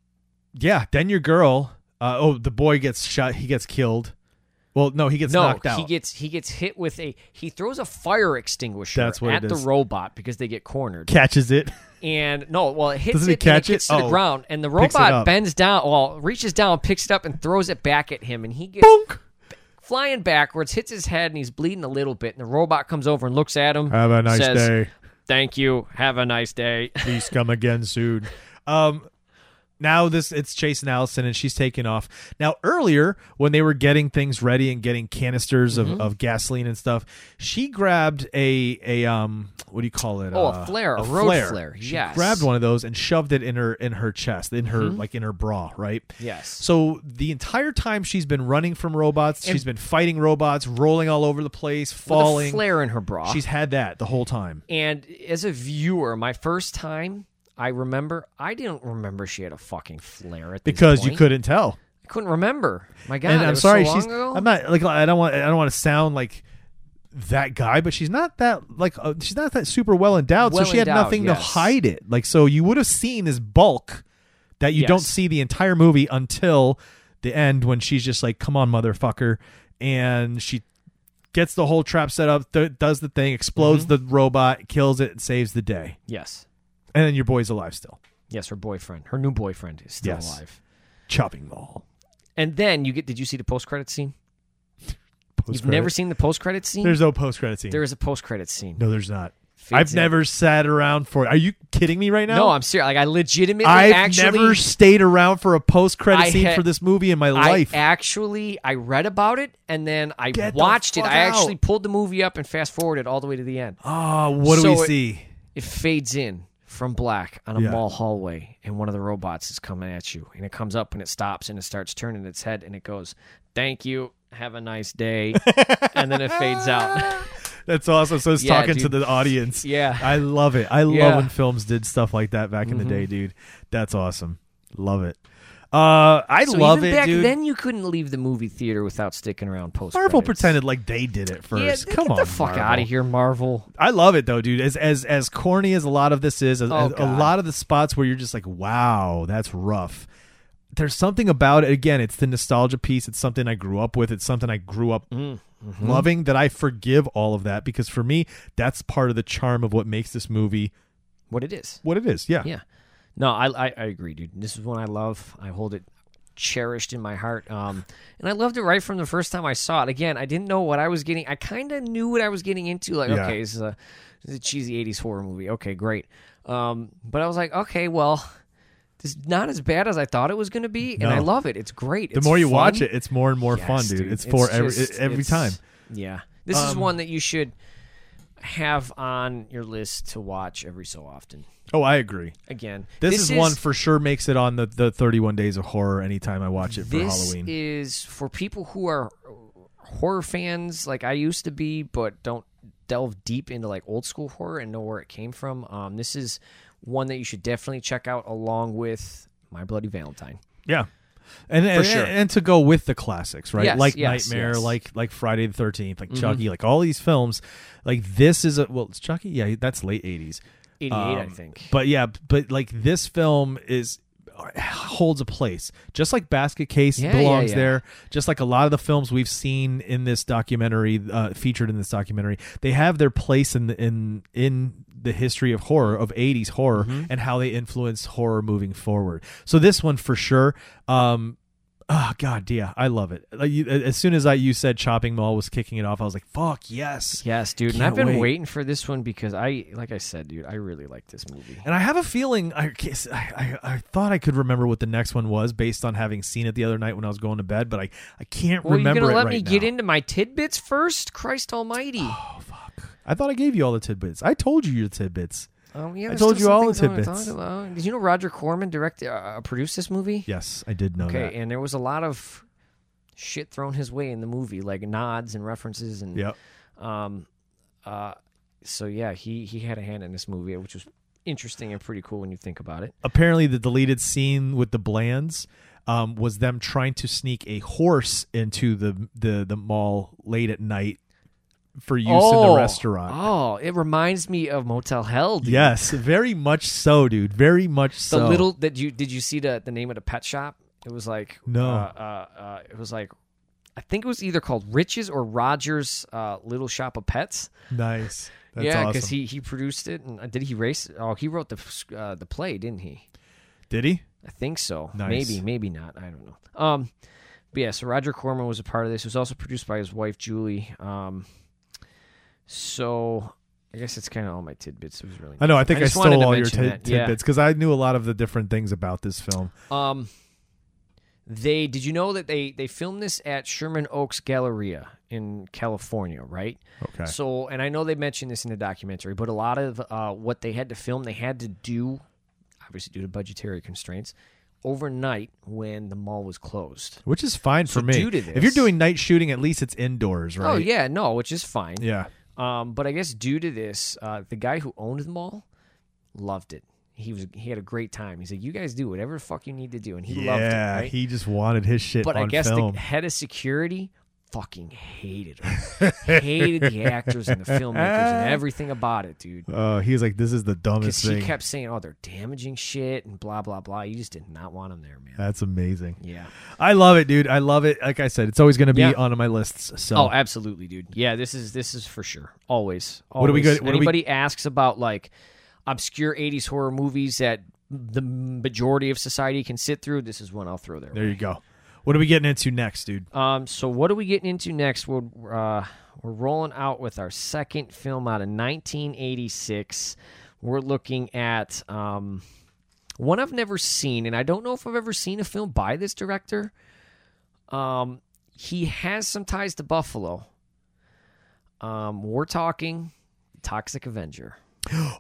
S1: yeah. Then your girl. Uh, oh, the boy gets shot. He gets killed. Well, no, he gets
S2: no,
S1: knocked out.
S2: he gets he gets hit with a he throws a fire extinguisher
S1: That's what
S2: at
S1: it
S2: the
S1: is.
S2: robot because they get cornered.
S1: catches it.
S2: and no, well it hits
S1: Doesn't
S2: it,
S1: he
S2: and
S1: catch
S2: it gets
S1: it?
S2: to the
S1: Oh.
S2: ground, and the
S1: Picks it
S2: robot
S1: up.
S2: bends down, well reaches down, picks it up, and throws it back at him, and he gets flying backwards, hits his head, and he's bleeding a little bit. And the robot comes over and looks at him.
S1: Have a nice
S2: says,
S1: day.
S2: Thank you. Have a nice day. [laughs]
S1: Please come again soon. Um, now this it's chasing Allison and she's taking off. Now earlier when they were getting things ready and getting canisters
S2: Mm-hmm.
S1: of, of gasoline and stuff, she grabbed a a um what do you call it?
S2: Oh, a
S1: Uh,
S2: flare, a road flare,
S1: She
S2: yes. Mm-hmm.
S1: grabbed one of those and shoved it in her in her chest, in her like in her bra, right?
S2: yes.
S1: So the entire time she's been running from robots, she's been fighting robots, rolling all over the place,
S2: With
S1: falling.
S2: a flare in her bra.
S1: She's had that the whole time.
S2: and as a viewer, my first time, I remember I didn't remember she had a fucking flare at this
S1: because you
S2: point.
S1: couldn't tell.
S2: I couldn't remember. My God,
S1: and
S2: it
S1: I'm
S2: was
S1: sorry,
S2: so long
S1: she's.
S2: ago.
S1: I'm not like I don't want I don't want to sound like that guy, but she's not that like uh, she's not that super well endowed.
S2: Well
S1: so she had
S2: endowed,
S1: nothing to
S2: yes.
S1: hide it. Like so, you would have seen this bulk that you don't
S2: Yes.
S1: see the entire movie until the end when she's just like, "Come on, motherfucker," and she gets the whole trap set up, th- does the thing, explodes
S2: Mm-hmm.
S1: the robot, kills it, and saves the day.
S2: yes,
S1: And then your boy's alive still,
S2: yes, her boyfriend, her new boyfriend, is still
S1: Yes.
S2: alive.
S1: chopping mall.
S2: And then you get. Did you see the post credit scene? You've never seen the post credit scene.
S1: There's no post credit scene.
S2: there is a post credit scene.
S1: no, there's not.
S2: fades
S1: I've
S2: in.
S1: never sat around for. Are you kidding me right now?
S2: No, I'm serious. Like I legitimately
S1: I've
S2: actually
S1: never stayed around for a post
S2: I
S1: credit scene
S2: had-
S1: for this movie in my
S2: I
S1: life.
S2: actually I read about it and then I
S1: Get the
S2: watched it.
S1: fuck
S2: I actually
S1: out.
S2: pulled the movie up and fast forwarded all the way to the end.
S1: oh, what do
S2: So
S1: we
S2: it-
S1: see?
S2: It fades in from black on a
S1: Yeah.
S2: mall hallway and one of the robots is coming at you and it comes up and it stops and it starts turning its head and it goes, "Thank you. Have a
S1: [laughs]
S2: nice day." and then it fades out.
S1: That's awesome. So it's
S2: Yeah,
S1: talking to
S2: dude.
S1: the audience.
S2: Yeah.
S1: I love it. I love
S2: Yeah. Mm-hmm.
S1: when films did stuff like that back in the day, dude. That's awesome. Love it. Uh, I
S2: so
S1: love
S2: even
S1: it,
S2: back
S1: dude.
S2: then you couldn't leave the movie theater without sticking around post
S1: Marvel pretended like they did it first. Come
S2: get
S1: on,
S2: the fuck
S1: Marvel.
S2: out of here, Marvel.
S1: I love it though, dude. As as as corny as a lot of this is, as,
S2: Oh,
S1: as a
S2: God.
S1: lot of the spots where you're just like, wow, that's rough. There's something about it. Again, it's the nostalgia piece. It's something I grew up with. It's something I grew up
S2: Mm, mm-hmm.
S1: loving. That I forgive all of that because for me, that's part of the charm of what makes this movie
S2: What it is.
S1: what it is. Yeah,
S2: [laughs] Yeah. No, I, I I agree, dude. This is one I love. I hold it cherished in my heart. Um, and I loved it right from the first time I saw it. Again, I didn't know what I was getting. I kind of knew what I was getting into. Like,
S1: Yeah.
S2: okay, this is a this is a cheesy '80s horror movie. Okay, great. Um, but I was like, okay, well. This is not as bad as I thought it was going to be, and I
S1: No.
S2: love it. It's great.
S1: The
S2: It's
S1: more you
S2: fun.
S1: watch it, it's more and more
S2: Yes,
S1: fun, dude. It's for every
S2: just-
S1: every
S2: it's-
S1: time. Um,
S2: Yeah, this is one that you should have on your list to watch every so often.
S1: Oh, I agree.
S2: Again,
S1: This, is, one for sure makes it on the, the 31 days of horror anytime I watch it for
S2: this
S1: Halloween.
S2: is for people who are horror fans like I used to be, but don't delve deep into like old school horror and know where it came from. Um, this is one that you should definitely check out along with My Bloody Valentine.
S1: Yeah. And, and,
S2: sure.
S1: and to go with the classics, right?
S2: Yes,
S1: like
S2: yes,
S1: Nightmare,
S2: yes. Mm-hmm.
S1: like like Friday the Thirteenth, like Chucky, like all these films. Like this is a well, it's Chucky. Yeah, that's late eighties.
S2: 88, I
S1: Um,
S2: think.
S1: But yeah, but like this film is holds a place just like basket case
S2: Yeah, yeah,
S1: belongs
S2: yeah.
S1: there just like a lot of the films we've seen in this documentary uh, featured in this documentary they have their place in the, in in the history of horror of 80s horror
S2: Mm-hmm.
S1: and how they influenced horror moving forward so this one for sure um oh god yeah i love it like you, as soon as i you said chopping mall was kicking it off i was like fuck yes
S2: Yes, dude. And
S1: Can't
S2: I've been
S1: wait.
S2: waiting for this one because I, like I said, dude, I really like this movie.
S1: And I have a feeling I, guess- I, I I thought I could remember what the next one was based on having seen it the other night when I was going to bed, but I, I can't
S2: Well,
S1: remember
S2: you're gonna
S1: it
S2: let
S1: right
S2: me
S1: now.
S2: get into my tidbits first, Christ
S1: [sighs]
S2: Almighty. Oh,
S1: I thought I gave you all the tidbits. I told you your tidbits.
S2: Um, yeah,
S1: I
S2: there's
S1: told
S2: still
S1: you
S2: some
S1: all the
S2: things I wanna
S1: tidbits.
S2: talk about. Did you know Roger Corman directed, uh, produced this movie?
S1: Yes, I did know
S2: Okay,
S1: that.
S2: and there was a lot of shit thrown his way in the movie, like nods and references, and
S1: Yep.
S2: um, uh, so yeah, he he had a hand in this movie, which was interesting and pretty cool when you think about it.
S1: Apparently, the deleted scene with the Blands um, was them trying to sneak a horse into the the the mall late at night for use in the restaurant.
S2: Oh, it reminds me of Motel Hell. Dude.
S1: Yes, very much so, dude. Very much
S2: the
S1: so.
S2: little that you did you see the the name of the pet shop? It was like
S1: No.
S2: uh, uh, uh, it was like. I think it was either called Rich's or Rogers' uh, Little Shop of Pets.
S1: nice. That's
S2: yeah,
S1: awesome.
S2: he he produced it, and uh, did he race? Oh, he wrote the f- uh, the play, didn't he?
S1: did he?
S2: I think so.
S1: Nice.
S2: Maybe, maybe not. I don't know. Um, but yeah, so Roger Corman was a part of this. It was also produced by his wife Julie. Um, so I guess it's kind of all my tidbits. It was really.
S1: I know. I think I,
S2: just wanted
S1: stole
S2: to
S1: all your
S2: mention
S1: tid-
S2: that, yeah.
S1: tidbits because I knew a lot of the different things about this film.
S2: Um, they did you know that they they filmed this at Sherman Oaks Galleria in California, right?
S1: Okay.
S2: So, and I know they mentioned this in the documentary, but a lot of uh, what they had to film, they had to do, obviously due to budgetary constraints, overnight when the mall was closed.
S1: Which is fine
S2: So
S1: for me.
S2: due to
S1: if you're
S2: this-
S1: doing night shooting, at least it's indoors, right?
S2: Oh yeah, no, which is fine.
S1: Yeah.
S2: Um, but I guess due to this, uh, the guy who owned the mall loved it. He was he had a great time. He said, "You guys do whatever the fuck you need to do," and he loved it.
S1: yeah,
S2: right?
S1: he just wanted his shit
S2: but
S1: on
S2: I guess
S1: film.
S2: the head of security fucking
S1: [laughs]
S2: hated him. hated the actors and the filmmakers and everything about it, dude.
S1: uh, he's like, "This is the
S2: Because
S1: dumbest
S2: he
S1: thing."
S2: kept saying, "Oh, they're damaging shit" and blah blah blah. You just did not want him there, man.
S1: That's amazing.
S2: Yeah.
S1: I love it, dude. I love it. Like I said, it's always going to be
S2: Yeah.
S1: on my lists. So
S2: Oh, absolutely, dude. Yeah, this is this is for sure. Always. Always.
S1: What are we good- what are we-
S2: Anybody asks about like obscure '80s horror movies that the majority of society can sit through, this is one I'll throw there.
S1: there you go. What are we getting into next, dude?
S2: Um, so what are we getting into next? We're uh, we're rolling out with our second film out of 1986. We're looking at um, one I've never seen, and I don't know if I've ever seen a film by this director. Um, he has some ties to Buffalo. Um, we're talking Toxic Avenger.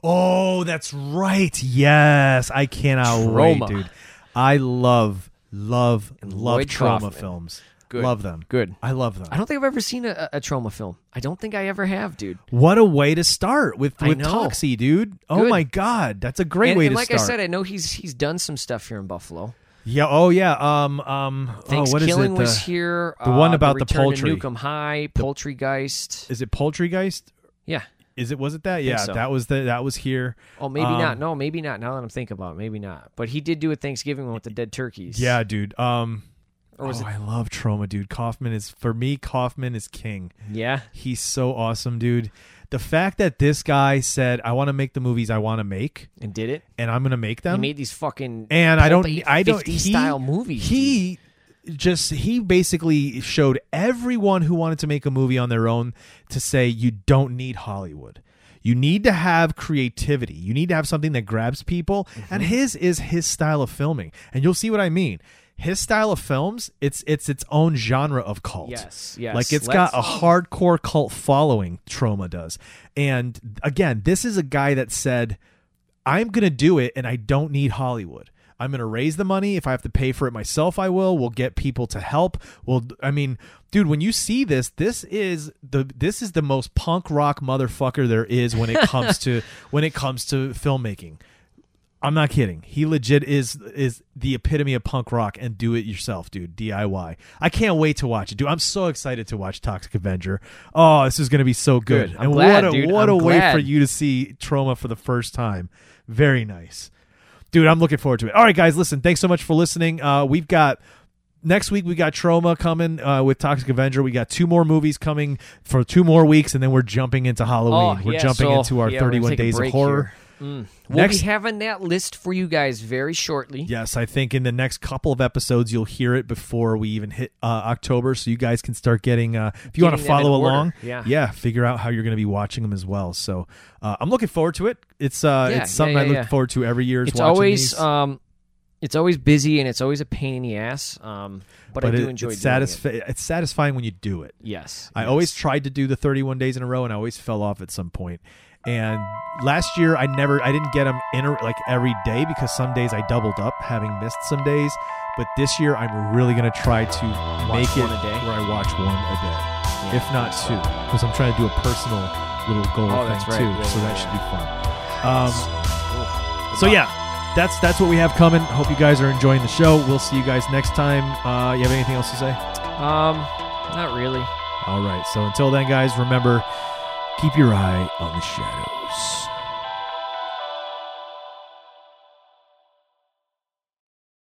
S1: Oh, that's right. Yes, I cannot
S2: Trauma.
S1: wait, dude. I love, love, love
S2: Lloyd
S1: trauma
S2: Kaufman.
S1: films.
S2: Good.
S1: Love them.
S2: Good.
S1: I love them.
S2: I don't think I've ever seen a, a trauma film. I don't think I ever have, dude.
S1: What a way to start with
S2: I
S1: with
S2: know.
S1: Toxie, dude. Oh
S2: Good.
S1: my god, that's a great
S2: and,
S1: way
S2: and
S1: to
S2: like
S1: start.
S2: I said, I know he's he's done some stuff here in Buffalo.
S1: yeah. Oh yeah. Um. Um. Oh, what is it?
S2: Thanksgiving
S1: The-
S2: was here.
S1: the one
S2: uh,
S1: about the
S2: Return to
S1: poultry.
S2: Newcomb High, Poultrygeist.
S1: Is it Poultrygeist?
S2: Yeah.
S1: Is it? Was it that? Yeah.
S2: so.
S1: That was the. That was here.
S2: Oh, maybe
S1: Um,
S2: not. No, maybe not. Now that I'm thinking about it, maybe not. But he did do a Thanksgiving one with the dead turkeys.
S1: Yeah, dude. Um.
S2: Or was
S1: oh,
S2: it?
S1: I love trauma, dude. Kaufman is for me. Kaufman is king.
S2: Yeah.
S1: He's so awesome, dude. The fact that this guy said, "I want to make the movies I want to make,
S2: And did it?
S1: and I'm going to make
S2: He
S1: them,"
S2: made these fucking
S1: Um, and I don't,
S2: pulpy
S1: I don't.
S2: 50s
S1: he-
S2: style movies. dude.
S1: He just he basically showed everyone who wanted to make a movie on their own to say you don't need Hollywood. You need to have creativity. You need to have something that grabs people,
S2: Mm-hmm.
S1: and his is his style of filming. And you'll see what I mean. His style of films, it's it's its own genre of cult.
S2: Yes, yes.
S1: Like it's
S2: Let's-
S1: got a hardcore cult following. Trauma does, and again, this is a guy that said, I'm going to do it and I don't need Hollywood. I'm going to raise the money. If I have to pay for it myself, I will. We'll get people to help. Well, I mean, dude, when you see this, this is the this is the most punk rock motherfucker there is when it comes to when it comes to filmmaking. I'm not kidding. He legit is is the epitome of punk rock and do it yourself, dude. DIY. I can't wait to watch it, dude. I'm so excited to watch Toxic Avenger. Oh, this is gonna be so good.
S2: Good. I'm
S1: And
S2: glad,
S1: what a
S2: dude.
S1: what
S2: I'm
S1: a way for
S2: glad.
S1: you to see trauma for the first time. Very nice. Dude, I'm looking forward to it. All right, guys, listen, thanks so much for listening. Uh, we've got next week we got trauma coming uh, with Toxic Avenger. We got two more movies coming for two more weeks, and then we're jumping into Halloween.
S2: Oh,
S1: we're
S2: yeah,
S1: jumping
S2: so-
S1: into our
S2: yeah, we're gonna
S1: 31
S2: take a
S1: days of
S2: break
S1: horror.
S2: here. We'll
S1: Next-
S2: be having that list for you guys very shortly.
S1: Yes, I think in the next couple of episodes you'll hear it before we even hit uh, October, so you guys can start getting. Uh, if you want to
S2: Getting them in
S1: follow
S2: order,
S1: along,
S2: yeah.
S1: figure out how you're going to be watching them as well. So uh, I'm looking forward to it. It's uh,
S2: Yeah,
S1: it's something
S2: yeah,
S1: I
S2: yeah,
S1: look
S2: yeah.
S1: forward to every year. is
S2: It's
S1: watching
S2: always
S1: these,
S2: um, it's always busy and it's always a pain in the ass. Um, but, I do
S1: it-
S2: enjoy
S1: it's,
S2: doing it.
S1: satisfi- it's satisfying when you do it.
S2: Yes,
S1: I
S2: yes.
S1: always tried to do the 31 days in a row, and I always fell off at some point. And last year, I never, I didn't get them in a- like every day because some days I doubled up, having missed some days. But this year, I'm really gonna try to make it
S2: one a day?
S1: where I watch one a day, if not two, because I'm trying to do a personal little goal
S2: Oh,
S1: thing
S2: that's right.
S1: too.
S2: Yeah,
S1: so
S2: yeah,
S1: that
S2: yeah.
S1: should be fun. Um, so yeah, that's that's what we have coming. Hope you guys are enjoying the show. We'll see you guys next time. Uh, you have anything else to say?
S2: Um, not really.
S1: All right. So until then, guys, remember keep your eye on the shadows.